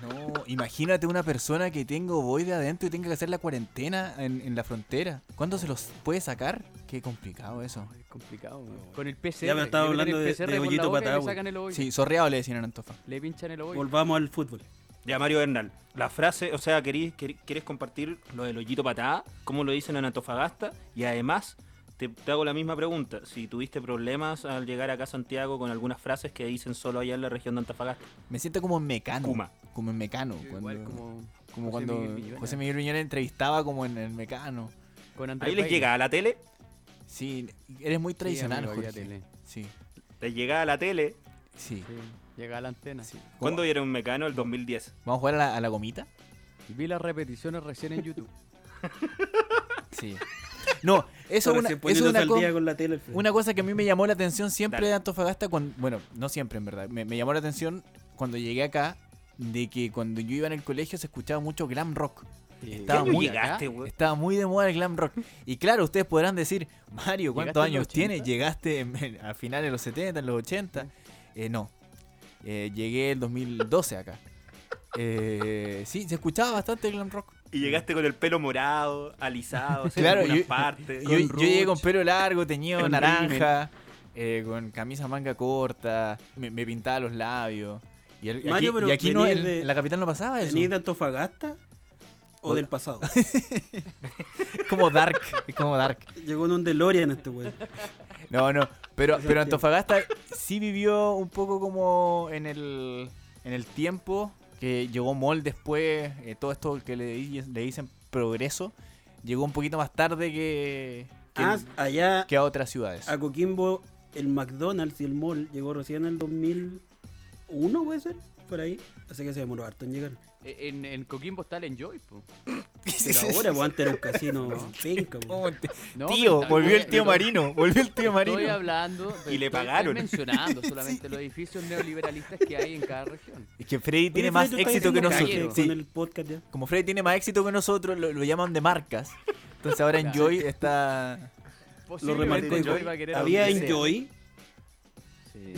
[SPEAKER 4] No, imagínate una persona que tenga ovoide adentro y tenga que hacer la cuarentena en, en la frontera. ¿Cuándo se los puede sacar? Qué complicado eso.
[SPEAKER 1] Es complicado, weón. Con el PCR.
[SPEAKER 3] Ya, pero estaba
[SPEAKER 1] le meten
[SPEAKER 3] hablando
[SPEAKER 1] el
[SPEAKER 3] de-
[SPEAKER 1] PCR
[SPEAKER 3] de
[SPEAKER 1] por la
[SPEAKER 3] hoyito
[SPEAKER 1] boca y
[SPEAKER 3] patado,
[SPEAKER 1] le
[SPEAKER 3] weón.
[SPEAKER 1] sacan el ovoide.
[SPEAKER 4] Sí, sorreado le decían en Antofa.
[SPEAKER 1] Le pinchan el ovoide.
[SPEAKER 3] Volvamos al fútbol.
[SPEAKER 2] Ya, Mario Bernal, la frase, o sea, ¿querís, quer- ¿quieres compartir lo del hoyito patada? ¿Cómo lo dicen en Antofagasta? Y además, te, te hago la misma pregunta. Si tuviste problemas al llegar acá a Santiago con algunas frases que dicen solo allá en la región de Antofagasta.
[SPEAKER 4] Me siento como en mecano.
[SPEAKER 2] Kuma.
[SPEAKER 4] Como en mecano.
[SPEAKER 1] Yo
[SPEAKER 4] cuando-
[SPEAKER 1] Igual como
[SPEAKER 4] como
[SPEAKER 1] José
[SPEAKER 4] cuando
[SPEAKER 1] Miguel Viñuela.
[SPEAKER 4] José Miguel Viñuela entrevistaba como en el mecano.
[SPEAKER 1] con Andrés
[SPEAKER 2] Ahí les
[SPEAKER 1] Baile.
[SPEAKER 2] llega a la tele,
[SPEAKER 4] Sí, eres muy tradicional,
[SPEAKER 1] amigo,
[SPEAKER 4] Jorge.
[SPEAKER 1] ya tele.
[SPEAKER 4] Sí,
[SPEAKER 2] les llega a la tele.
[SPEAKER 4] sí.
[SPEAKER 1] Sí, llega a la antena.
[SPEAKER 4] sí. ¿Cómo-
[SPEAKER 2] ¿Cuándo vieron Mecano? El 2010.
[SPEAKER 4] ¿Vamos a jugar a la, a la gomita?
[SPEAKER 1] Vi las repeticiones recién en YouTube.
[SPEAKER 4] Sí. No, eso es
[SPEAKER 3] Ahora
[SPEAKER 4] una,
[SPEAKER 3] se
[SPEAKER 4] eso
[SPEAKER 3] pone
[SPEAKER 4] es
[SPEAKER 3] dos
[SPEAKER 4] una
[SPEAKER 3] al
[SPEAKER 4] co-
[SPEAKER 3] día con la tele. Alfredo.
[SPEAKER 4] Una cosa que a mí me llamó la atención siempre
[SPEAKER 2] Dale.
[SPEAKER 4] de Antofagasta, cuando, bueno, no siempre en verdad, me, me llamó la atención cuando llegué acá, de que cuando yo iba en el colegio se escuchaba mucho glam rock. Estaba
[SPEAKER 2] ¿Cuándo
[SPEAKER 4] muy,
[SPEAKER 2] llegaste, güey?
[SPEAKER 4] estaba muy de moda el glam rock. Y claro, ustedes podrán decir, Mario, ¿cuántos
[SPEAKER 1] ¿Llegaste en los
[SPEAKER 4] años
[SPEAKER 1] 80?
[SPEAKER 4] tienes? ¿Llegaste en- en- a finales de los 70, en los 80? Eh, no, Eh, llegué el 2012 acá. Eh, sí, se escuchaba bastante el glam rock.
[SPEAKER 2] Y llegaste con el pelo morado, alisado, así
[SPEAKER 4] Claro,
[SPEAKER 2] en algunas
[SPEAKER 4] yo-
[SPEAKER 2] partes.
[SPEAKER 4] Yo, yo
[SPEAKER 2] Con
[SPEAKER 4] llegué con
[SPEAKER 2] ruch.
[SPEAKER 4] pelo largo, teñido
[SPEAKER 2] Con
[SPEAKER 4] naranja, eh, con camisa manga corta, me, me pintaba los labios. Y, el-
[SPEAKER 3] Mario,
[SPEAKER 4] aquí,
[SPEAKER 3] pero
[SPEAKER 4] y aquí no,
[SPEAKER 3] venís
[SPEAKER 4] en-
[SPEAKER 3] de-
[SPEAKER 4] en la capital no pasaba eso.
[SPEAKER 3] ¿Venís de Antofagasta o del pasado?
[SPEAKER 4] Es como dark, es como dark.
[SPEAKER 3] Llegó en un DeLorean este weón.
[SPEAKER 4] No, no, pero,
[SPEAKER 3] Eso
[SPEAKER 4] pero
[SPEAKER 3] entiendo.
[SPEAKER 4] Antofagasta sí vivió un poco como en el, en el tiempo que llegó Mol después, eh, todo esto que le, di- le dicen progreso, llegó un poquito más tarde que, que,
[SPEAKER 3] Ah, allá
[SPEAKER 4] que a otras ciudades.
[SPEAKER 3] a Coquimbo, el McDonald's y el mall llegó recién en el 2001, puede ser, por ahí. Así que se demoró harto en llegar.
[SPEAKER 1] En, en Coquimbo está el Enjoy, po.
[SPEAKER 3] Pero ahora, pues, antes era un casino penca, weón.
[SPEAKER 4] Oh, te-
[SPEAKER 1] No,
[SPEAKER 4] tío,
[SPEAKER 1] pero-
[SPEAKER 4] volvió el
[SPEAKER 1] pero-
[SPEAKER 4] tío Marino, volvió el tío
[SPEAKER 1] Estoy
[SPEAKER 4] Marino.
[SPEAKER 1] hablando.
[SPEAKER 2] Y le
[SPEAKER 1] estoy-
[SPEAKER 2] pagaron.
[SPEAKER 1] Estoy mencionando solamente los edificios neoliberalistas que hay en cada región.
[SPEAKER 4] Es que Freddy tiene
[SPEAKER 3] Oye,
[SPEAKER 4] más
[SPEAKER 3] Freddy, ¿tú estás
[SPEAKER 4] éxito que
[SPEAKER 3] haciendo
[SPEAKER 4] nosotros.
[SPEAKER 1] calle,
[SPEAKER 4] sí.
[SPEAKER 3] Con el podcast ya.
[SPEAKER 4] Como Freddy tiene más éxito que nosotros, lo, lo llaman de marcas. Entonces ahora
[SPEAKER 1] Claro.
[SPEAKER 4] Enjoy está.
[SPEAKER 3] Lo
[SPEAKER 1] Posiblemente
[SPEAKER 3] remarcó
[SPEAKER 1] Enjoy
[SPEAKER 3] Enjoy.
[SPEAKER 1] va a querer a
[SPEAKER 3] Había
[SPEAKER 1] donde sea.
[SPEAKER 3] Enjoy.
[SPEAKER 1] Sí.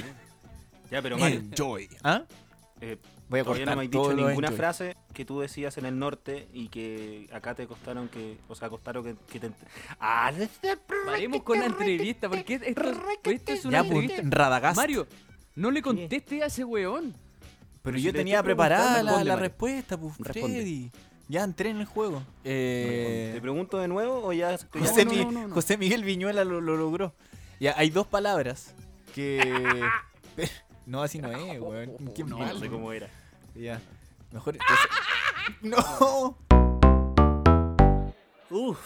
[SPEAKER 2] Ya, pero mal.
[SPEAKER 4] Enjoy. ¿Ah?
[SPEAKER 2] Eh,
[SPEAKER 4] Voy a
[SPEAKER 2] Todavía
[SPEAKER 4] cortar
[SPEAKER 2] no me has
[SPEAKER 4] todo
[SPEAKER 2] dicho
[SPEAKER 4] lo de
[SPEAKER 2] ninguna
[SPEAKER 4] Enjoy.
[SPEAKER 2] frase que tú decías en el norte y que acá te costaron que. O sea, costaron que, que te. ent- ¡Ah!
[SPEAKER 1] Paremos con la entrevista, porque esto, esto es una
[SPEAKER 4] Ya, pues,
[SPEAKER 1] entrevista.
[SPEAKER 4] Radagast.
[SPEAKER 1] Mario, no le conteste a ese weón.
[SPEAKER 4] Pero
[SPEAKER 2] Si
[SPEAKER 4] yo
[SPEAKER 2] te
[SPEAKER 4] tenía
[SPEAKER 2] estoy preguntando,
[SPEAKER 4] preparada la,
[SPEAKER 2] responde,
[SPEAKER 4] la
[SPEAKER 2] Mario.
[SPEAKER 4] respuesta, pues,
[SPEAKER 2] Responde.
[SPEAKER 4] Freddy. Ya entré en el juego.
[SPEAKER 2] ¿Te
[SPEAKER 4] Eh,
[SPEAKER 2] pregunto de nuevo o ya.? estoy-
[SPEAKER 4] José,
[SPEAKER 1] No, no,
[SPEAKER 4] Mi-
[SPEAKER 1] no, no, no.
[SPEAKER 4] José Miguel Viñuela lo, lo logró. Ya, hay dos palabras que. no, así no es, weón. Qué
[SPEAKER 1] No,
[SPEAKER 2] No
[SPEAKER 4] mal.
[SPEAKER 2] sé cómo era.
[SPEAKER 4] Ya. Mejor. entonces- ¡No!
[SPEAKER 6] Uf,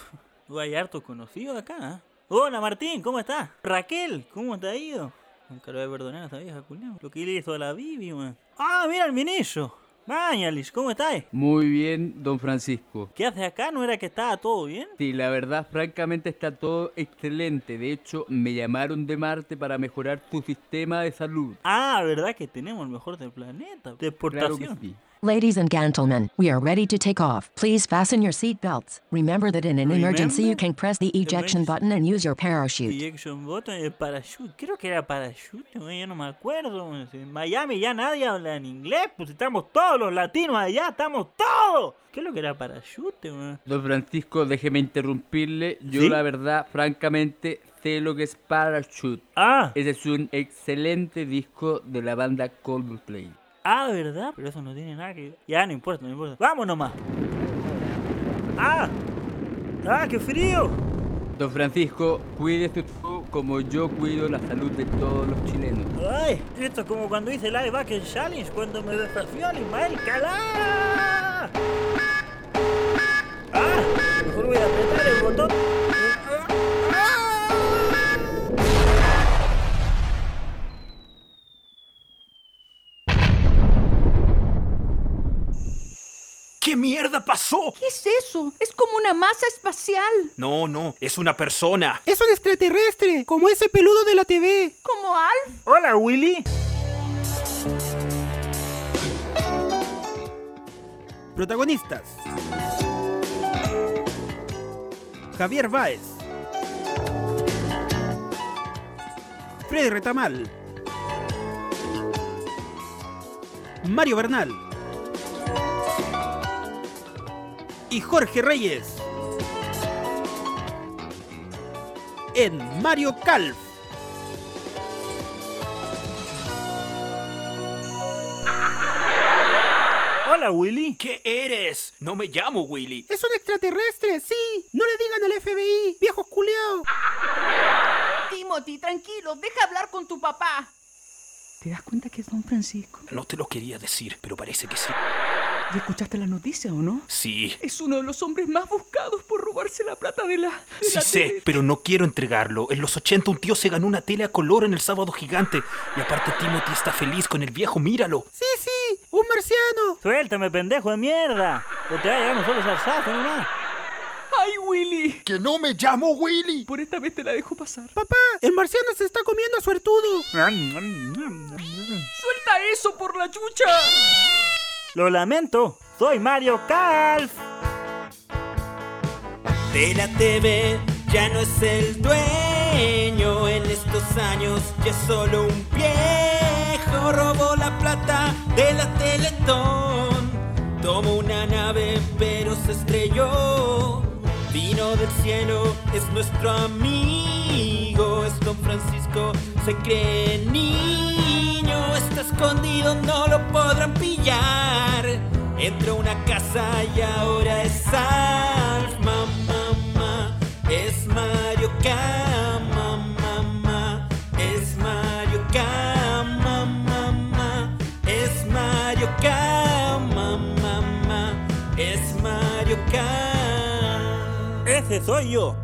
[SPEAKER 6] hay hartos conocidos acá. ¿eh? Hola Martín, ¿cómo estás? Raquel, ¿cómo te ha ido? Nunca lo voy a perdonar a esta vieja, culiao. Lo que le hizo a la Bibi, man. Ah, mira el minillo. Mañalich, ¿cómo estás?
[SPEAKER 1] Muy bien, don Francisco.
[SPEAKER 6] ¿Qué haces acá? ¿No era que estaba todo bien?
[SPEAKER 1] Sí, la verdad, francamente está todo excelente. De hecho, me llamaron de Marte para mejorar tu sistema de salud.
[SPEAKER 6] Ah, ¿verdad que tenemos el mejor del planeta?
[SPEAKER 1] Claro
[SPEAKER 6] De
[SPEAKER 1] que
[SPEAKER 6] exportación.
[SPEAKER 1] sí.
[SPEAKER 7] Ladies and gentlemen, we are ready to take off. Please fasten your seatbelts. Remember that in an emergency you
[SPEAKER 6] Remember?
[SPEAKER 7] can press the ejection
[SPEAKER 6] Emergency.
[SPEAKER 7] button and use your parachute.
[SPEAKER 6] Direction Button, el parachute. Creo que era parachute, güey, yo no me acuerdo. güey. En Miami ya nadie habla en inglés, pues estamos todos los latinos allá, estamos todos. ¿Qué es lo que era parachute, güey?
[SPEAKER 1] Don Francisco, déjeme interrumpirle. Yo,
[SPEAKER 6] ¿Sí?
[SPEAKER 1] la verdad, francamente, sé lo que es Parachute.
[SPEAKER 6] Ah,
[SPEAKER 1] Ese es un excelente disco de la banda Coldplay.
[SPEAKER 6] ah, ¿verdad? Pero eso no tiene nada que ver. Ya, no importa, no importa. Vamos nomás. Ah, ah, qué frío.
[SPEAKER 1] Don Francisco, cuídese tú como yo cuido la salud de todos los chilenos.
[SPEAKER 6] Ay, esto es como cuando hice el Live Action Challenge, cuando me desafió al Ismael Calá. Ah, mejor voy a apretar el botón. Ah, ah.
[SPEAKER 2] ¿Qué mierda pasó?
[SPEAKER 8] ¿Qué es eso? Es como una masa espacial,
[SPEAKER 2] No, no, es una persona.
[SPEAKER 3] ¡Es un extraterrestre! ¡Como ese peludo de la TV!
[SPEAKER 8] como Alf.
[SPEAKER 6] Hola, Willy.
[SPEAKER 3] Protagonistas: Javier Báez, Freddy Retamal, Mario Bernal y Jorge Reyes en Mario Calf.
[SPEAKER 6] Hola, Willy.
[SPEAKER 2] ¿Qué e-? eres? No me llamo Willy.
[SPEAKER 3] ¡Es un extraterrestre! ¡Sí! ¡No le digan al FBI! ¡Viejos culeados!
[SPEAKER 8] Timothy, tranquilo, deja hablar con tu papá. ¿Te das cuenta que es Don Francisco?
[SPEAKER 2] No te lo quería decir, pero parece que sí.
[SPEAKER 8] ¿Y escuchaste la noticia o no?
[SPEAKER 2] Sí,
[SPEAKER 8] Es uno de los hombres más buscados por robarse la plata de la... de
[SPEAKER 2] sí
[SPEAKER 8] la
[SPEAKER 2] sé,
[SPEAKER 8] tele.
[SPEAKER 2] pero no quiero entregarlo. En los 80 un tío se ganó una tele a color en el sábado gigante. Y aparte Timothy está feliz con el viejo, míralo.
[SPEAKER 3] ¡Sí, sí! ¡Un marciano!
[SPEAKER 6] Suéltame, pendejo de mierda. O te va a llegar nosotros al saco, nomás.
[SPEAKER 8] ¡Ay, Willy!
[SPEAKER 2] ¡Que no me llamo Willy!
[SPEAKER 8] Por esta vez te la dejo pasar.
[SPEAKER 3] ¡Papá! ¡El marciano se está comiendo a suertudo!
[SPEAKER 8] ¡Suelta eso por la chucha!
[SPEAKER 6] Lo lamento. Soy Mario Calf.
[SPEAKER 9] de la TV ya no es el dueño. En estos años ya es solo un viejo robó la plata de la Teletón. Tomó una nave pero se estrelló. Vino del cielo, es nuestro amigo. Es Don Francisco, se cree niño. Está escondido, no lo podrán pillar. Entró a una casa y ahora es Alf. Mamá, mamá, es Mario Kama. Mamá, es Mario Kama. Mamá, es Mario Kama. Mamá, es Mario Kama.
[SPEAKER 6] Ese soy yo.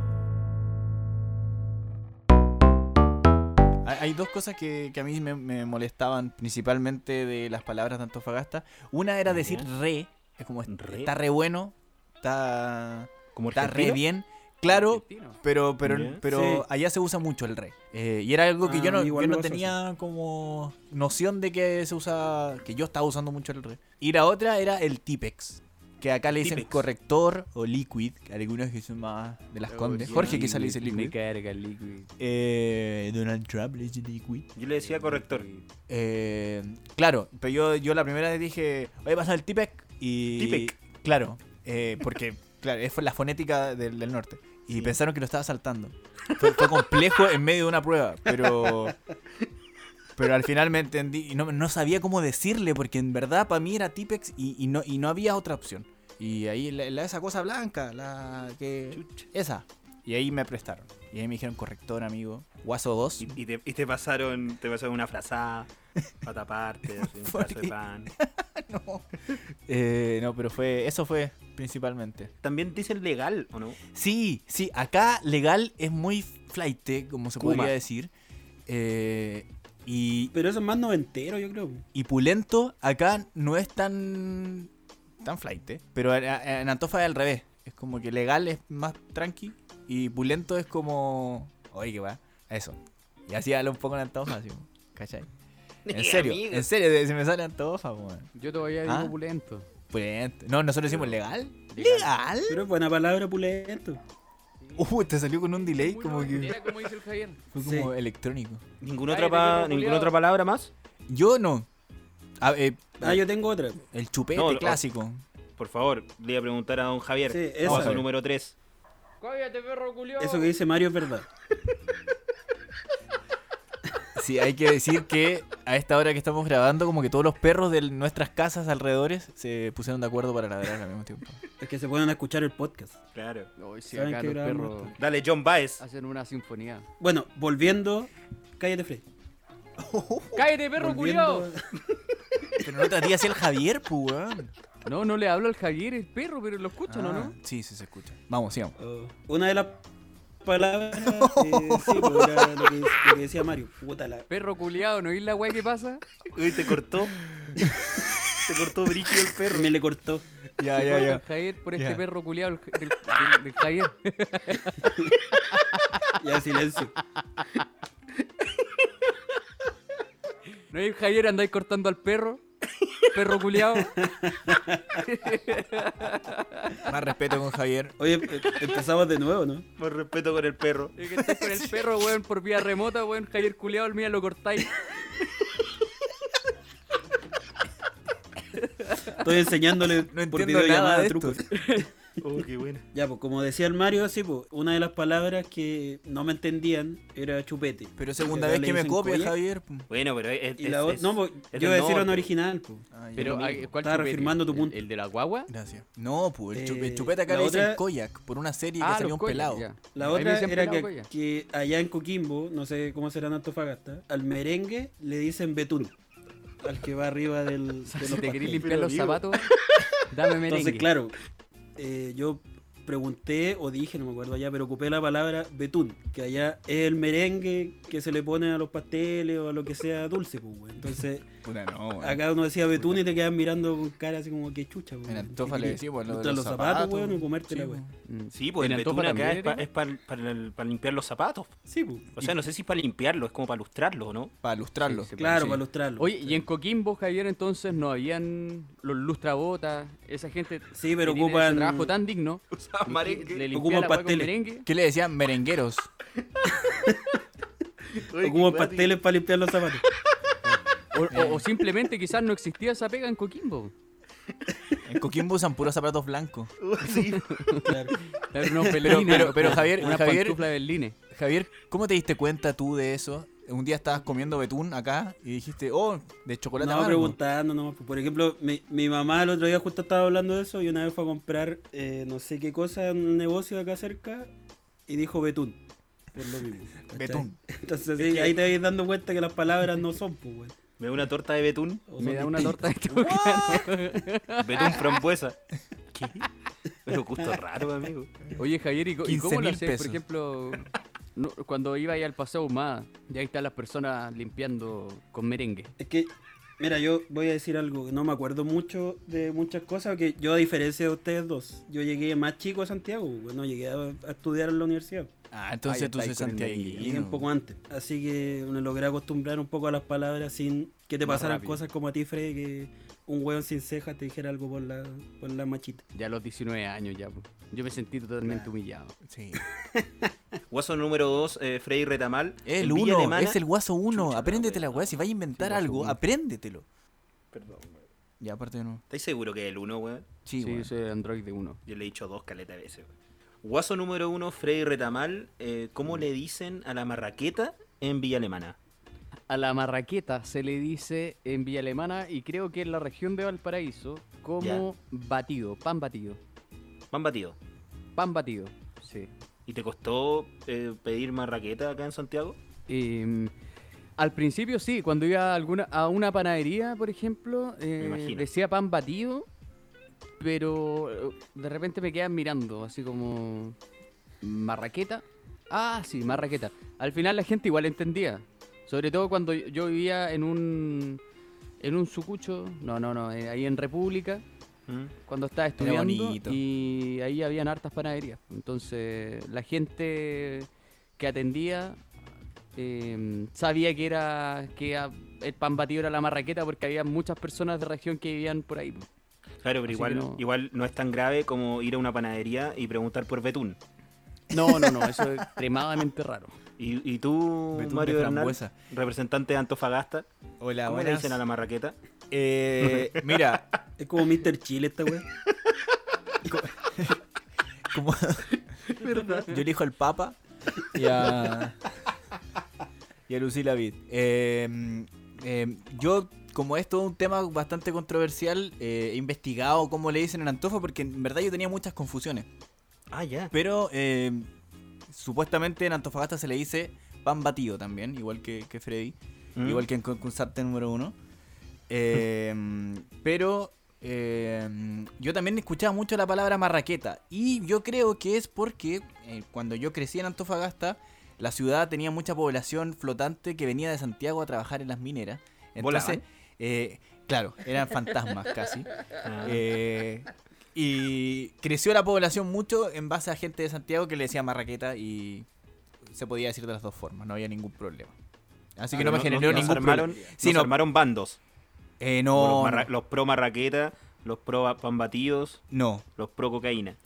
[SPEAKER 4] Hay hay dos cosas que, que a mí me, me molestaban principalmente de las palabras de Antofagasta. Una era decir re, es como
[SPEAKER 2] Re.
[SPEAKER 4] está re bueno, está,
[SPEAKER 2] Como
[SPEAKER 4] está re
[SPEAKER 2] argentino?
[SPEAKER 4] bien. Claro,
[SPEAKER 1] Argentino.
[SPEAKER 4] pero pero
[SPEAKER 2] Ya.
[SPEAKER 4] pero
[SPEAKER 3] Sí.
[SPEAKER 4] allá se usa mucho el re. Eh, y era algo que
[SPEAKER 3] Ah,
[SPEAKER 4] yo no,
[SPEAKER 3] igual
[SPEAKER 4] yo
[SPEAKER 3] lo
[SPEAKER 4] no
[SPEAKER 3] uso,
[SPEAKER 4] tenía como noción de que se usa que yo estaba usando mucho el re. Y la otra era el típex. Que acá le dicen
[SPEAKER 2] Típex.
[SPEAKER 4] corrector o liquid, que algunos que son más de las condes. Jorge quizá le dice
[SPEAKER 1] Me
[SPEAKER 4] Oh, liquid.
[SPEAKER 1] carga liquid.
[SPEAKER 4] Eh, Donald Trump le dice liquid.
[SPEAKER 2] Yo le decía corrector.
[SPEAKER 4] Eh, claro, pero yo, yo la primera vez dije, oye, pasa el Tipec. Y,
[SPEAKER 2] Tipec.
[SPEAKER 4] Claro, eh, porque claro, es la fonética del, del norte. Y pensaron que lo estaba saltando. Fue, fue complejo en medio de una prueba, pero. Pero al final me entendí y no, no sabía cómo decirle, porque en verdad para mí era Tipex y, y no, y no había otra opción. Y ahí la, la- esa cosa blanca, la que. Esa. Y ahí me prestaron. Y ahí me dijeron corrector, amigo. Guaso 2.
[SPEAKER 2] Y, y te, y te pasaron, te pasaron una frazada para taparte, así, un
[SPEAKER 4] ¿Por
[SPEAKER 2] pedazo
[SPEAKER 4] qué?
[SPEAKER 2] de pan.
[SPEAKER 4] No. Eh, no, pero fue. Eso fue principalmente.
[SPEAKER 2] También dicen legal, ¿o no?
[SPEAKER 4] Sí, sí, acá legal es muy flight, como se
[SPEAKER 2] Kuma.
[SPEAKER 4] podría decir. Eh, Y,
[SPEAKER 3] Pero eso es más noventero, yo creo.
[SPEAKER 4] y Pulento acá no es tan tan flight, ¿eh? pero en- en Antofa es al revés. Es como que legal es más tranqui y Pulento es como, oye, que va, eso. Y así habla un poco en Antofa, así, como, ¿cachai? En serio,
[SPEAKER 9] Amigo.
[SPEAKER 4] en serio, se me sale Antofa, weón.
[SPEAKER 1] Yo todavía digo
[SPEAKER 4] Ah.
[SPEAKER 1] opulento.
[SPEAKER 4] Pulento. No, nosotros decimos legal.
[SPEAKER 1] Legal.
[SPEAKER 4] ¿Legal?
[SPEAKER 3] Pero es buena palabra, pulento.
[SPEAKER 4] Uh, te salió con un delay
[SPEAKER 1] Muy
[SPEAKER 4] como que
[SPEAKER 1] noventera, como dice el Javier.
[SPEAKER 4] fue
[SPEAKER 3] Sí.
[SPEAKER 4] como electrónico.
[SPEAKER 2] ¿Ninguna,
[SPEAKER 1] Ay,
[SPEAKER 2] otra,
[SPEAKER 1] te
[SPEAKER 2] pa-
[SPEAKER 1] quiero,
[SPEAKER 2] ¿ninguna
[SPEAKER 1] culiao.
[SPEAKER 2] otra palabra más?
[SPEAKER 4] Yo no. Ah, eh,
[SPEAKER 3] Ah, yo tengo otra.
[SPEAKER 4] el chupete
[SPEAKER 2] No, lo-
[SPEAKER 4] clásico.
[SPEAKER 2] Por favor, le voy a preguntar a don Javier.
[SPEAKER 3] Sí,
[SPEAKER 2] Paso
[SPEAKER 3] esa.
[SPEAKER 2] número 3.
[SPEAKER 1] Cállate, perro culiao.
[SPEAKER 3] Eso que dice Mario es verdad.
[SPEAKER 4] Sí, hay que decir que a esta hora que estamos grabando, como que todos los perros de nuestras casas alrededores se pusieron de acuerdo para ladrar al mismo tiempo.
[SPEAKER 3] Es que se pueden escuchar el podcast.
[SPEAKER 2] Claro.
[SPEAKER 1] No, y si
[SPEAKER 3] ¿Saben
[SPEAKER 1] acá
[SPEAKER 3] qué
[SPEAKER 1] los
[SPEAKER 3] grabamos
[SPEAKER 1] perros
[SPEAKER 3] esto?
[SPEAKER 2] Dale, John Baez.
[SPEAKER 1] hacen una sinfonía.
[SPEAKER 3] Bueno, volviendo. Cállate, Fred.
[SPEAKER 1] ¡Cállate, perro culiao!
[SPEAKER 3] Volviendo-
[SPEAKER 4] Pero no tratía así el Javier, pues, weón.
[SPEAKER 1] No, no le hablo al Javier, el perro, pero lo escuchan, ¿o
[SPEAKER 4] Ah,
[SPEAKER 1] no?
[SPEAKER 4] Sí, sí, se escucha. Vamos, sigamos.
[SPEAKER 3] Oh, Una de las palabras. eh, sí, pues, era lo que, lo que decía Mario. Puta la.
[SPEAKER 1] Perro culiao, ¿no oís la weá que pasa?
[SPEAKER 2] Uy, te cortó. te cortó brillo el perro.
[SPEAKER 3] Me le cortó.
[SPEAKER 4] Ya,
[SPEAKER 1] Se
[SPEAKER 4] ya,
[SPEAKER 1] corta
[SPEAKER 4] ya.
[SPEAKER 1] el Javier por
[SPEAKER 4] Ya.
[SPEAKER 1] este perro culiao del, del- del- del Javier.
[SPEAKER 3] Ya, silencio.
[SPEAKER 1] ¿No oís Javier andáis cortando al perro? Perro culiao.
[SPEAKER 4] Más respeto con Javier.
[SPEAKER 3] Oye, eh, empezamos de nuevo, ¿no?
[SPEAKER 2] Por respeto con el perro.
[SPEAKER 1] Es que estáis con el perro, weón, por vía remota, weón. Javier culiao, el mía lo cortáis.
[SPEAKER 3] Estoy enseñándole
[SPEAKER 4] No
[SPEAKER 3] por
[SPEAKER 4] entiendo nada
[SPEAKER 3] videollamada
[SPEAKER 4] de
[SPEAKER 3] trucos.
[SPEAKER 4] esto.
[SPEAKER 2] Oh, qué buena.
[SPEAKER 3] Ya, pues como decía el Mario, sí, pues una de las palabras que no me entendían era chupete.
[SPEAKER 4] Pero segunda
[SPEAKER 3] Acá
[SPEAKER 4] vez
[SPEAKER 3] le
[SPEAKER 4] que me
[SPEAKER 3] dicen
[SPEAKER 4] copia
[SPEAKER 3] colla.
[SPEAKER 4] Javier. po.
[SPEAKER 2] Bueno, pero es.
[SPEAKER 3] Y
[SPEAKER 2] es-
[SPEAKER 3] la otra.
[SPEAKER 2] es-
[SPEAKER 3] No, pues
[SPEAKER 2] es
[SPEAKER 3] yo
[SPEAKER 2] del
[SPEAKER 3] iba a decir una
[SPEAKER 2] norte.
[SPEAKER 3] original, pues.
[SPEAKER 4] Ay,
[SPEAKER 1] Pero, ah,
[SPEAKER 4] amigo.
[SPEAKER 1] ¿a- ¿cuál
[SPEAKER 3] Estaba
[SPEAKER 1] chupete?
[SPEAKER 3] reafirmando tu
[SPEAKER 1] ¿El-
[SPEAKER 3] punto.
[SPEAKER 1] ¿El, de la guagua?
[SPEAKER 4] Gracias. No, pues el, chupe-
[SPEAKER 3] Eh,
[SPEAKER 4] el chupete acá
[SPEAKER 3] la
[SPEAKER 4] le dicen
[SPEAKER 3] otra-
[SPEAKER 4] Koyak por una serie que
[SPEAKER 1] Ah,
[SPEAKER 4] salió
[SPEAKER 1] los
[SPEAKER 4] un
[SPEAKER 1] coyas,
[SPEAKER 4] pelado.
[SPEAKER 1] ya.
[SPEAKER 3] La
[SPEAKER 1] A mí me
[SPEAKER 3] otra
[SPEAKER 1] decían
[SPEAKER 3] era
[SPEAKER 1] pelado,
[SPEAKER 4] pues,
[SPEAKER 3] que,
[SPEAKER 1] coya.
[SPEAKER 3] que allá en Coquimbo, no sé cómo será en Antofagasta, al merengue le dicen betún. Al que va arriba del. de
[SPEAKER 1] Si
[SPEAKER 3] los
[SPEAKER 1] te
[SPEAKER 3] pasteles.
[SPEAKER 1] querís limpiar los zapatos, dame merengue.
[SPEAKER 3] Entonces, claro, eh, yo pregunté o dije, no me acuerdo allá, pero ocupé la palabra betún, que allá es el merengue que se le pone a los pasteles o a lo que sea dulce, pues, güey. Entonces,
[SPEAKER 4] Puta, no, weón.
[SPEAKER 3] acá uno decía betún y te quedaban mirando con cara así como que chucha, güey.
[SPEAKER 4] En Antofa le decimos lo de
[SPEAKER 3] Gustan
[SPEAKER 4] los zapatos,
[SPEAKER 3] güey, o comértela,
[SPEAKER 4] Sí,
[SPEAKER 3] güey.
[SPEAKER 4] po.
[SPEAKER 1] Mm.
[SPEAKER 2] Sí, pues el
[SPEAKER 1] ¿En Antofa
[SPEAKER 2] betún acá
[SPEAKER 1] también
[SPEAKER 2] es, pa-
[SPEAKER 1] era?
[SPEAKER 2] es para, para el- para limpiar los zapatos.
[SPEAKER 3] Sí, pues.
[SPEAKER 2] O sea, no sé si es para limpiarlo, es como para lustrarlo, ¿no?
[SPEAKER 4] Para ilustrarlo.
[SPEAKER 1] Sí, sí,
[SPEAKER 3] Claro,
[SPEAKER 4] Sí.
[SPEAKER 3] para ilustrarlo.
[SPEAKER 1] Oye, y en Coquimbo, Javier, entonces no habían los lustrabotas, esa gente
[SPEAKER 3] Sí, pero
[SPEAKER 1] que tiene ese
[SPEAKER 3] ocupan-
[SPEAKER 1] trabajo tan digno.
[SPEAKER 2] Usaba
[SPEAKER 1] Le
[SPEAKER 2] merengue.
[SPEAKER 1] limpian la hueá con
[SPEAKER 3] pasteles.
[SPEAKER 1] merengue.
[SPEAKER 4] ¿Qué le decían? Merengueros.
[SPEAKER 2] Oye, qué
[SPEAKER 3] Ocupan
[SPEAKER 2] cuático.
[SPEAKER 3] pasteles para limpiar los zapatos.
[SPEAKER 1] O, o- o simplemente quizás no existía esa pega en Coquimbo.
[SPEAKER 4] En Coquimbo usan puros zapatos blancos.
[SPEAKER 3] Claro.
[SPEAKER 1] Era una
[SPEAKER 4] Pero,
[SPEAKER 1] berlina,
[SPEAKER 4] pero, pero Javier,
[SPEAKER 1] una
[SPEAKER 4] Javier,
[SPEAKER 1] pantufla de eh. berlines.
[SPEAKER 4] Javier, ¿cómo te diste cuenta tú de eso? Un día estabas comiendo betún acá y dijiste, oh, de chocolate
[SPEAKER 3] No,
[SPEAKER 4] amargo.
[SPEAKER 3] preguntando nomás. Por ejemplo, mi, mi mamá el otro día justo estaba hablando de eso y una vez fue a comprar eh, no sé qué cosa en un negocio acá cerca y dijo betún. Por lo mismo. ¿cachai?
[SPEAKER 4] Betún.
[SPEAKER 3] Entonces sí, ahí te vais dando cuenta que las palabras no son, pues, güey.
[SPEAKER 2] Me da una torta de betún.
[SPEAKER 3] O
[SPEAKER 1] Me
[SPEAKER 3] son
[SPEAKER 1] da una
[SPEAKER 3] distintas.
[SPEAKER 1] torta de chocolate.
[SPEAKER 2] Betún frambuesa. ¿Qué? Pero gusto raro, amigo.
[SPEAKER 1] Oye, Javier, ¿y, co- y cómo lo
[SPEAKER 4] 15.000
[SPEAKER 1] hacías,
[SPEAKER 4] pesos.
[SPEAKER 1] por ejemplo, no, cuando iba ahí al Paseo Humada? Y ahí están las personas limpiando con merengue.
[SPEAKER 3] Es que, mira, yo voy a decir algo, que no me acuerdo mucho de muchas cosas, que yo a diferencia de ustedes dos, yo llegué más chico a Santiago, güey, no llegué a, a estudiar en la universidad,
[SPEAKER 4] Ah,
[SPEAKER 1] Ahí
[SPEAKER 4] entonces
[SPEAKER 1] está
[SPEAKER 4] tú
[SPEAKER 1] ahí
[SPEAKER 4] sos
[SPEAKER 1] con el
[SPEAKER 3] llegué un
[SPEAKER 4] santiaguino.
[SPEAKER 3] poco antes, así que me logré acostumbrar un poco a las palabras sin que te
[SPEAKER 1] Más
[SPEAKER 3] pasaran
[SPEAKER 1] rápido.
[SPEAKER 3] cosas como a ti, Fred, que un weón sin cejas te dijera algo por la, por la machita.
[SPEAKER 1] Ya a los 19 años ya, po. yo me sentí totalmente humillado.
[SPEAKER 4] Sí.
[SPEAKER 2] Guaso número 2, Freddy Retamal.
[SPEAKER 4] El
[SPEAKER 2] En Villa
[SPEAKER 4] uno,
[SPEAKER 2] Alemana.
[SPEAKER 4] es el guaso uno.
[SPEAKER 2] Chucha,
[SPEAKER 4] Apréndete
[SPEAKER 2] la
[SPEAKER 4] la weá. Si vas a inventar
[SPEAKER 1] Sí, guaso
[SPEAKER 4] algo,
[SPEAKER 1] uno.
[SPEAKER 4] apréndetelo.
[SPEAKER 2] Perdón, weón.
[SPEAKER 4] Ya, aparte de no.
[SPEAKER 2] ¿Estáis seguro que es el 1, weón?
[SPEAKER 4] Sí,
[SPEAKER 1] Sí,
[SPEAKER 4] weón.
[SPEAKER 1] soy Android de uno.
[SPEAKER 2] Yo le he dicho dos caletas de veces, weón. Guaso número 1, Freddy Retamal. eh, ¿Cómo le dicen a la marraqueta en Villa Alemana?
[SPEAKER 1] A la marraqueta se le dice en Villa Alemana y creo que en la región de Valparaíso como batido, pan batido,
[SPEAKER 2] Pan batido.
[SPEAKER 1] pan batido, sí.
[SPEAKER 2] ¿Y te costó eh, pedir marraqueta acá en Santiago?
[SPEAKER 1] Eh, al principio sí, cuando iba a, alguna, a una panadería, por ejemplo, eh,
[SPEAKER 2] imagino.
[SPEAKER 1] decía pan batido, pero eh, de repente me quedan mirando, así como marraqueta. Ah, sí, marraqueta. Al final la gente igual entendía. Sobre todo cuando yo- yo vivía en un en un sucucho, no, no, no, eh, ahí en República,
[SPEAKER 2] Mm.
[SPEAKER 1] cuando estaba estudiando
[SPEAKER 4] bonito.
[SPEAKER 1] y ahí habían hartas panaderías. Entonces la gente que atendía eh, sabía que era que a- el pan batido era la marraqueta porque había muchas personas de región que vivían por ahí.
[SPEAKER 2] Claro,
[SPEAKER 1] Así
[SPEAKER 2] pero
[SPEAKER 1] que
[SPEAKER 2] igual
[SPEAKER 1] no.
[SPEAKER 2] no. igual no es tan grave como ir a una panadería y preguntar por betún.
[SPEAKER 1] No, no, no, eso es extremadamente raro.
[SPEAKER 2] Y, y tú,
[SPEAKER 4] Betún de
[SPEAKER 2] Mario Bernal,
[SPEAKER 4] frambuesa.
[SPEAKER 2] representante de Antofagasta,
[SPEAKER 4] Hola,
[SPEAKER 2] ¿cómo le
[SPEAKER 4] buenas.
[SPEAKER 2] dicen a la marraqueta?
[SPEAKER 4] Eh, mira,
[SPEAKER 3] Es como Mr. Chile esta weá.
[SPEAKER 4] como- yo elijo al Papa y a, y a Lucila Vid. Eh, eh, yo, como es todo un tema bastante controversial, eh, he investigado cómo le dicen en Antofa porque en verdad yo tenía muchas confusiones.
[SPEAKER 2] Ah, ya.
[SPEAKER 4] Pero eh, supuestamente en Antofagasta se le dice pan batido también, igual que, que Freddy,
[SPEAKER 2] Mm.
[SPEAKER 4] igual que en Concursarte número uno. Eh, pero eh, yo también escuchaba mucho la palabra marraqueta y yo creo que es porque eh, cuando yo crecí en Antofagasta, la ciudad tenía mucha población flotante que venía de Santiago a trabajar en las mineras. Entonces,
[SPEAKER 2] ¿Volaban?
[SPEAKER 4] eh, claro, eran fantasmas casi.
[SPEAKER 2] Ah.
[SPEAKER 4] Eh, y creció la población mucho en base a gente de Santiago que le decía marraqueta y se podía decir de las dos formas, no había ningún problema. Así
[SPEAKER 2] Ah,
[SPEAKER 4] que no me generó
[SPEAKER 2] nos
[SPEAKER 4] ningún
[SPEAKER 2] armaron,
[SPEAKER 4] problema. Sí,
[SPEAKER 2] nos
[SPEAKER 4] no.
[SPEAKER 2] armaron bandos.
[SPEAKER 4] Eh,
[SPEAKER 2] Como los,
[SPEAKER 4] no,
[SPEAKER 2] marra-
[SPEAKER 4] no,
[SPEAKER 2] los pro marraqueta, los pro pan batidos,
[SPEAKER 4] no,
[SPEAKER 2] los pro cocaína.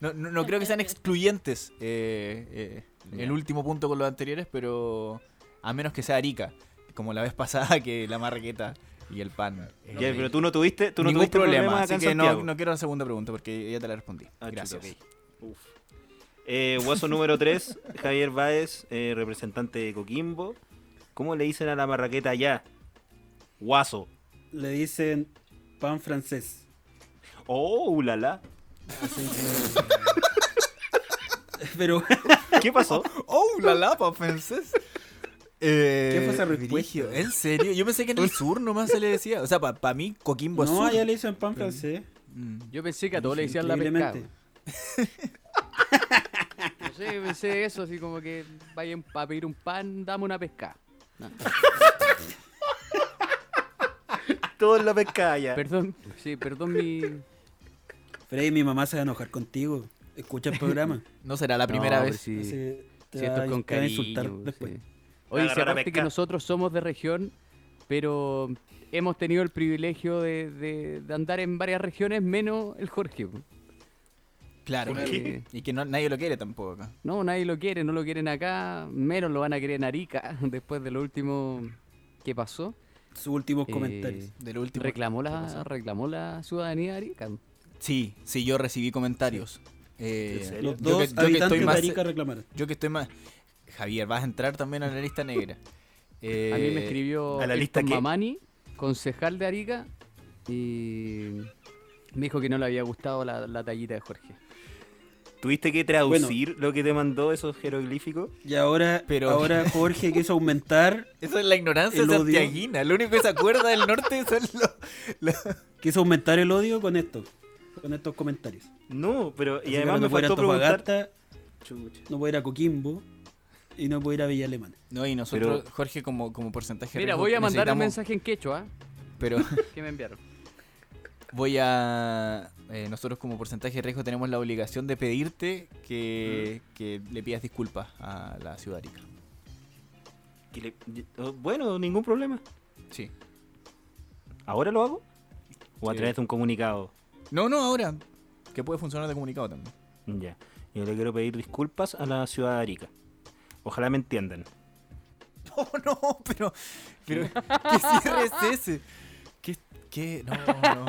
[SPEAKER 4] no, no- no creo que sean excluyentes eh, eh, el último punto con los anteriores, pero a menos que sea Arica, como la vez pasada que la marraqueta y el pan. eh,
[SPEAKER 2] Ya, pero tú no tuviste, tú no
[SPEAKER 4] ningún
[SPEAKER 2] tuviste
[SPEAKER 4] problema,
[SPEAKER 2] problemas acá
[SPEAKER 4] así
[SPEAKER 2] en
[SPEAKER 4] que no,
[SPEAKER 2] Santiago.
[SPEAKER 4] no quiero la segunda pregunta porque ya te la respondí.
[SPEAKER 2] Ah, chuta,
[SPEAKER 4] Gracias.
[SPEAKER 2] ok. Uf. Eh, hueso número 3, Javier Báez, eh, representante de Coquimbo. ¿Cómo le dicen a la marraqueta allá? Guaso.
[SPEAKER 3] Le dicen pan francés.
[SPEAKER 2] Oh, ulala.
[SPEAKER 3] Pero,
[SPEAKER 2] ¿Qué pasó?
[SPEAKER 4] ¡Oh, la lapa, fences!
[SPEAKER 3] ¿Qué fue esa respuesta?
[SPEAKER 4] brígido. ¿En serio? Yo pensé que en el sur nomás se le decía. O sea, para mí, Coquimbo es
[SPEAKER 3] no,
[SPEAKER 4] sur.
[SPEAKER 3] allá le dicen pan francés.
[SPEAKER 4] Mm.
[SPEAKER 1] Yo pensé que a todos le decían la pescada.
[SPEAKER 3] Increíblemente.
[SPEAKER 1] No sé, pensé eso, así como que vayan a pedir un pan, dame una pesca.
[SPEAKER 2] Todo en la pesca allá.
[SPEAKER 1] Perdón, sí, perdón mi...
[SPEAKER 3] Freddy, mi mamá se va a enojar contigo. Escucha el programa.
[SPEAKER 4] No será la primera
[SPEAKER 1] No,
[SPEAKER 4] vez.
[SPEAKER 1] pero sí,
[SPEAKER 3] Así que te
[SPEAKER 1] sí, esto
[SPEAKER 3] va-
[SPEAKER 1] es con
[SPEAKER 3] te va a
[SPEAKER 1] cariño.
[SPEAKER 3] insultar
[SPEAKER 1] sí.
[SPEAKER 3] después.
[SPEAKER 1] Oye,
[SPEAKER 2] Agarrar
[SPEAKER 1] si
[SPEAKER 2] a
[SPEAKER 1] aparte que
[SPEAKER 2] pescar.
[SPEAKER 1] nosotros somos de región, pero hemos tenido el privilegio de, de- de andar en varias regiones, menos el Jorge. po.
[SPEAKER 4] Claro.
[SPEAKER 1] ¿Por qué?
[SPEAKER 4] Y que no- nadie lo quiere tampoco acá.
[SPEAKER 1] No, nadie lo quiere, no lo quieren acá, menos lo van a querer en Arica, después de lo último que pasó.
[SPEAKER 3] Sus últimos
[SPEAKER 1] Eh,
[SPEAKER 3] comentarios.
[SPEAKER 4] De lo último.
[SPEAKER 1] Reclamó
[SPEAKER 4] que pasó.
[SPEAKER 1] la, reclamó la ciudadanía de Arica.
[SPEAKER 4] Sí, sí, yo recibí comentarios. Eh,
[SPEAKER 2] ¿En serio?
[SPEAKER 3] Los dos
[SPEAKER 4] que- yo que
[SPEAKER 3] habitantes
[SPEAKER 4] estoy
[SPEAKER 3] de
[SPEAKER 4] más-
[SPEAKER 3] Arica reclamaron.
[SPEAKER 4] Yo que estoy más. Javier, vas a entrar también a la lista negra. Eh,
[SPEAKER 1] A mí me escribió
[SPEAKER 2] ¿a la
[SPEAKER 1] Héctor
[SPEAKER 2] lista qué?
[SPEAKER 1] Mamani, concejal de Arica, y me dijo que no le había gustado la, la tallita de Jorge.
[SPEAKER 2] ¿Tuviste que traducir lo que te mandó esos jeroglíficos?
[SPEAKER 3] Y ahora,
[SPEAKER 4] Pero-
[SPEAKER 3] ahora Jorge quiso aumentar,
[SPEAKER 4] Esa es la ignorancia
[SPEAKER 3] El odio.
[SPEAKER 4] santiaguina. Lo único que se acuerda del norte son los.
[SPEAKER 3] quiso aumentar el odio con esto. Con estos comentarios.
[SPEAKER 2] No, pero y
[SPEAKER 3] Así que
[SPEAKER 2] además
[SPEAKER 3] ahora
[SPEAKER 2] me
[SPEAKER 3] no puedo ir a
[SPEAKER 2] faltó preguntar.
[SPEAKER 3] Antofagasta,
[SPEAKER 2] Chucha.
[SPEAKER 3] no puedo ir a Coquimbo y no puedo ir a Villa Alemana.
[SPEAKER 4] No, y nosotros,
[SPEAKER 2] Pero-
[SPEAKER 4] Jorge, como, como porcentaje. de
[SPEAKER 1] Mira,
[SPEAKER 4] riesgo,
[SPEAKER 1] voy a mandar un
[SPEAKER 4] necesitamos-
[SPEAKER 1] mensaje en quechua ¿ah?
[SPEAKER 4] Pero
[SPEAKER 1] que me enviaron.
[SPEAKER 4] voy a. eh, nosotros, como porcentaje de riesgo, tenemos la obligación de pedirte que, que le pidas disculpas a la ciudad rica.
[SPEAKER 2] Que le- oh, Bueno, ningún problema.
[SPEAKER 4] Sí.
[SPEAKER 2] ¿Ahora lo hago? ¿O a
[SPEAKER 4] Sí.
[SPEAKER 2] través de un comunicado?
[SPEAKER 4] No, no, ahora. Que puede funcionar de comunicado también.
[SPEAKER 2] Ya. Yo le quiero pedir disculpas a la ciudad de Arica. Ojalá me entiendan.
[SPEAKER 4] No, no, pero. pero ¿Qué cierre es ese? ¿Qué, qué? No, no.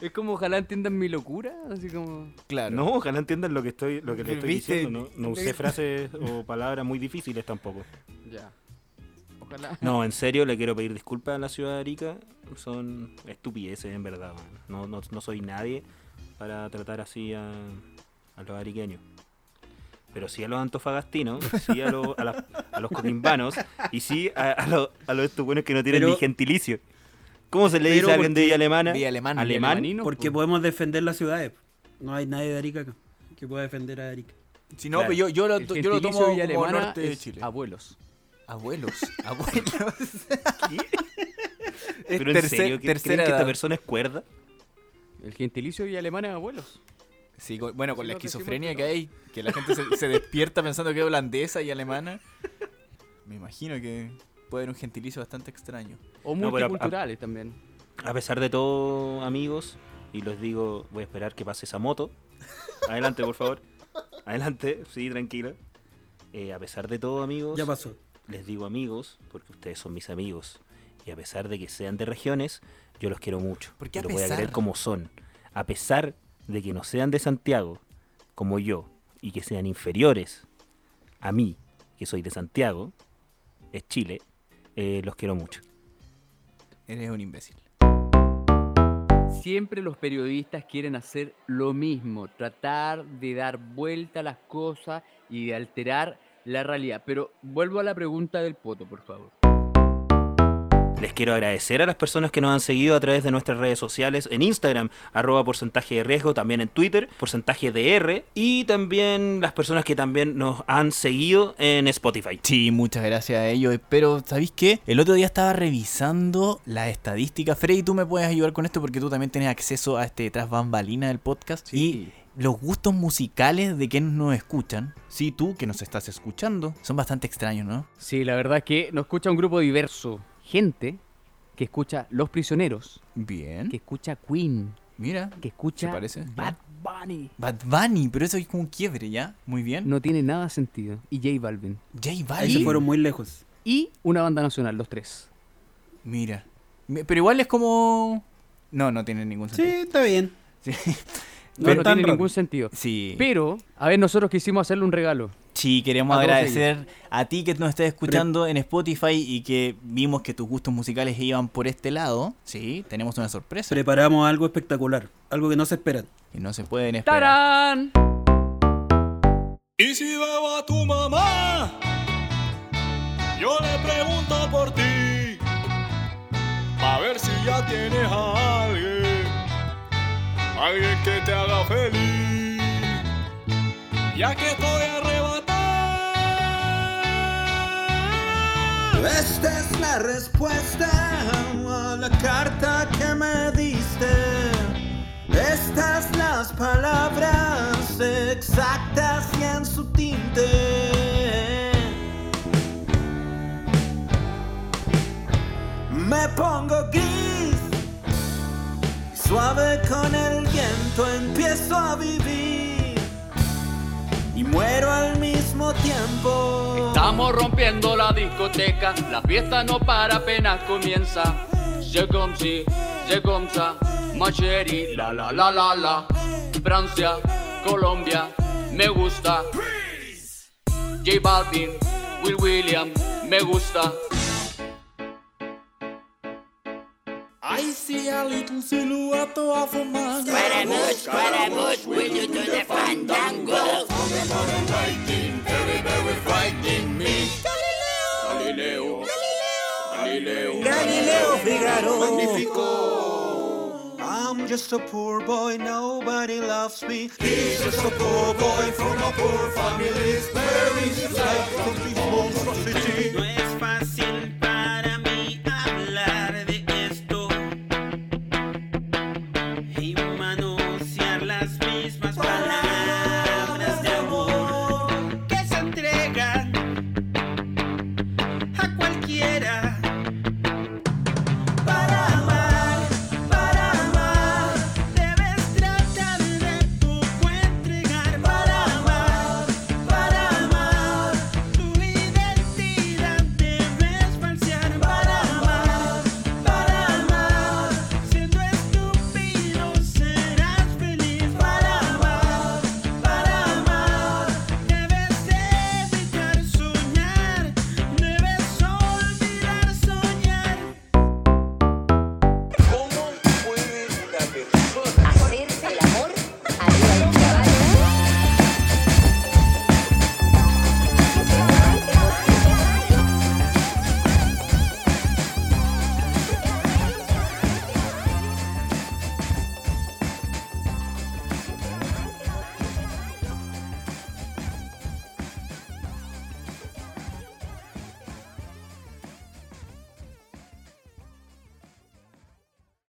[SPEAKER 1] Es como ojalá entiendan mi locura, así como...
[SPEAKER 4] Claro.
[SPEAKER 2] No, ojalá entiendan lo que estoy, lo que le estoy
[SPEAKER 4] ¿Viste?
[SPEAKER 2] diciendo. No, no usé frases o palabras muy difíciles tampoco.
[SPEAKER 1] Ya. Ojalá.
[SPEAKER 2] No, en serio, le quiero pedir disculpas a la ciudad de Arica. Son estupideces, en verdad. man. No, no, no soy nadie para tratar así a, a los ariqueños. Pero sí a los antofagastinos, sí a, los- a, las- a los coquimbanos y sí a, a los, a los estos buenos que no tienen
[SPEAKER 3] Pero-
[SPEAKER 2] ni gentilicio. ¿Cómo se le
[SPEAKER 3] pero
[SPEAKER 2] dice a alguien de
[SPEAKER 3] porque-
[SPEAKER 2] Villa Alemana?
[SPEAKER 4] Villa Alemana, Villa
[SPEAKER 2] ¿Alemán?
[SPEAKER 1] Alemaninos,
[SPEAKER 3] Porque
[SPEAKER 1] po.
[SPEAKER 3] podemos defender las ciudades. No hay nadie de Arica acá que pueda defender a Arica.
[SPEAKER 4] Si no,
[SPEAKER 2] Claro.
[SPEAKER 4] pero yo, yo, lo,
[SPEAKER 1] El
[SPEAKER 4] yo lo
[SPEAKER 1] gentilicio
[SPEAKER 4] tomo
[SPEAKER 1] Villa
[SPEAKER 4] como
[SPEAKER 1] Alemana
[SPEAKER 4] norte de
[SPEAKER 1] es
[SPEAKER 4] Chile.
[SPEAKER 1] abuelos.
[SPEAKER 4] Abuelos, abuelos.
[SPEAKER 1] Es
[SPEAKER 2] Pero en
[SPEAKER 1] tercer-
[SPEAKER 2] serio, ¿qué-
[SPEAKER 4] tercera
[SPEAKER 2] ¿creen que esta
[SPEAKER 4] edad.
[SPEAKER 2] persona es cuerda?
[SPEAKER 1] El gentilicio y alemán es abuelos.
[SPEAKER 4] Sí, con- bueno, con
[SPEAKER 1] Sí,
[SPEAKER 4] la
[SPEAKER 1] no te
[SPEAKER 4] esquizofrenia
[SPEAKER 1] sirvo,
[SPEAKER 4] que hay, que la gente se, se despierta pensando que es holandesa y alemana. Me imagino que puede haber un gentilicio bastante extraño.
[SPEAKER 1] O
[SPEAKER 2] No, pero-
[SPEAKER 1] multiculturales también.
[SPEAKER 2] A pesar de todo, amigos, y los digo, voy a esperar que pase esa moto. Adelante, por favor. Adelante, sí, tranquilo. Eh, a pesar de todo, amigos,
[SPEAKER 3] Ya pasó.
[SPEAKER 2] les digo amigos, porque ustedes son mis amigos. Y a pesar de que sean de regiones, yo los quiero mucho.
[SPEAKER 4] ¿Por qué a
[SPEAKER 2] los voy a
[SPEAKER 4] pesar?
[SPEAKER 2] querer como son. A pesar de que no sean de Santiago, como yo, y que sean inferiores a mí, que soy de Santiago, es Chile, eh, los quiero mucho.
[SPEAKER 4] Eres un imbécil.
[SPEAKER 1] Siempre los periodistas quieren hacer lo mismo, tratar de dar vuelta a las cosas y de alterar la realidad. Pero vuelvo a la pregunta del poto, por favor.
[SPEAKER 2] Les quiero agradecer a las personas que nos han seguido a través de nuestras redes sociales en Instagram, arroba porcentaje de riesgo, también en Twitter, porcentaje de R, y también las personas que también nos han seguido en Spotify.
[SPEAKER 4] Sí, muchas gracias a ellos. Pero, ¿sabéis qué? El otro día estaba revisando las estadísticas. Freddy, tú me puedes ayudar con esto porque tú también tienes acceso a este tras bambalina del podcast. Y los gustos musicales de quienes nos escuchan, sí, tú que nos estás escuchando, son bastante extraños, ¿no?
[SPEAKER 1] Sí, la verdad es que nos escucha un grupo diverso. Gente que escucha Los Prisioneros,
[SPEAKER 4] Bien.
[SPEAKER 1] que escucha Queen,
[SPEAKER 4] Mira,
[SPEAKER 1] que
[SPEAKER 4] ¿Mm? ¿se
[SPEAKER 1] escucha
[SPEAKER 4] parece?
[SPEAKER 1] Bad Bunny.
[SPEAKER 4] Bad Bunny, pero eso es como un quiebre, ¿ya? Muy bien.
[SPEAKER 1] No tiene nada sentido. Y J Balvin.
[SPEAKER 4] J
[SPEAKER 3] Ahí
[SPEAKER 4] Balvin.
[SPEAKER 3] se fueron muy lejos.
[SPEAKER 1] Y una banda nacional, los tres.
[SPEAKER 4] Mira. Me- Pero igual es como... No, no tiene ningún
[SPEAKER 3] Sí,
[SPEAKER 4] sentido.
[SPEAKER 3] está bien.
[SPEAKER 4] Sí.
[SPEAKER 1] No,
[SPEAKER 3] Pero
[SPEAKER 1] no
[SPEAKER 3] tan
[SPEAKER 1] tiene
[SPEAKER 3] raro.
[SPEAKER 1] ningún sentido.
[SPEAKER 4] Sí.
[SPEAKER 1] Pero, a ver, nosotros quisimos hacerle un regalo.
[SPEAKER 4] Sí, queremos
[SPEAKER 1] A todos
[SPEAKER 4] agradecer a ti que nos estás escuchando en Spotify y que vimos que tus gustos musicales iban por este lado. Sí, tenemos una sorpresa
[SPEAKER 3] Preparamos algo espectacular, algo que no se espera.
[SPEAKER 4] que no se pueden esperar.
[SPEAKER 1] ¡Tarán!
[SPEAKER 9] Y si veo a tu mamá, yo le pregunto por ti, a ver si ya tienes a alguien, alguien que te haga feliz. Ya que estoy arrebatado. Esta es la respuesta a la carta que me diste. Estas las palabras exactas y en su tinte. Me pongo gris, suave con el viento, empiezo a vivir y muero al mismo tiempo.
[SPEAKER 1] Estamos rompiendo la discoteca, la fiesta no para apenas comienza. Je comme si, je comme ça, ma chérie, la la la la la. Francia, Colombia, me gusta. J Balvin, Will William, me gusta.
[SPEAKER 9] I see a little silhouette of a man. Galileo Figaro. Magnifico. I'm just a poor boy, nobody loves me. He's just a poor boy from a poor family. Mary's life from the monstrosity.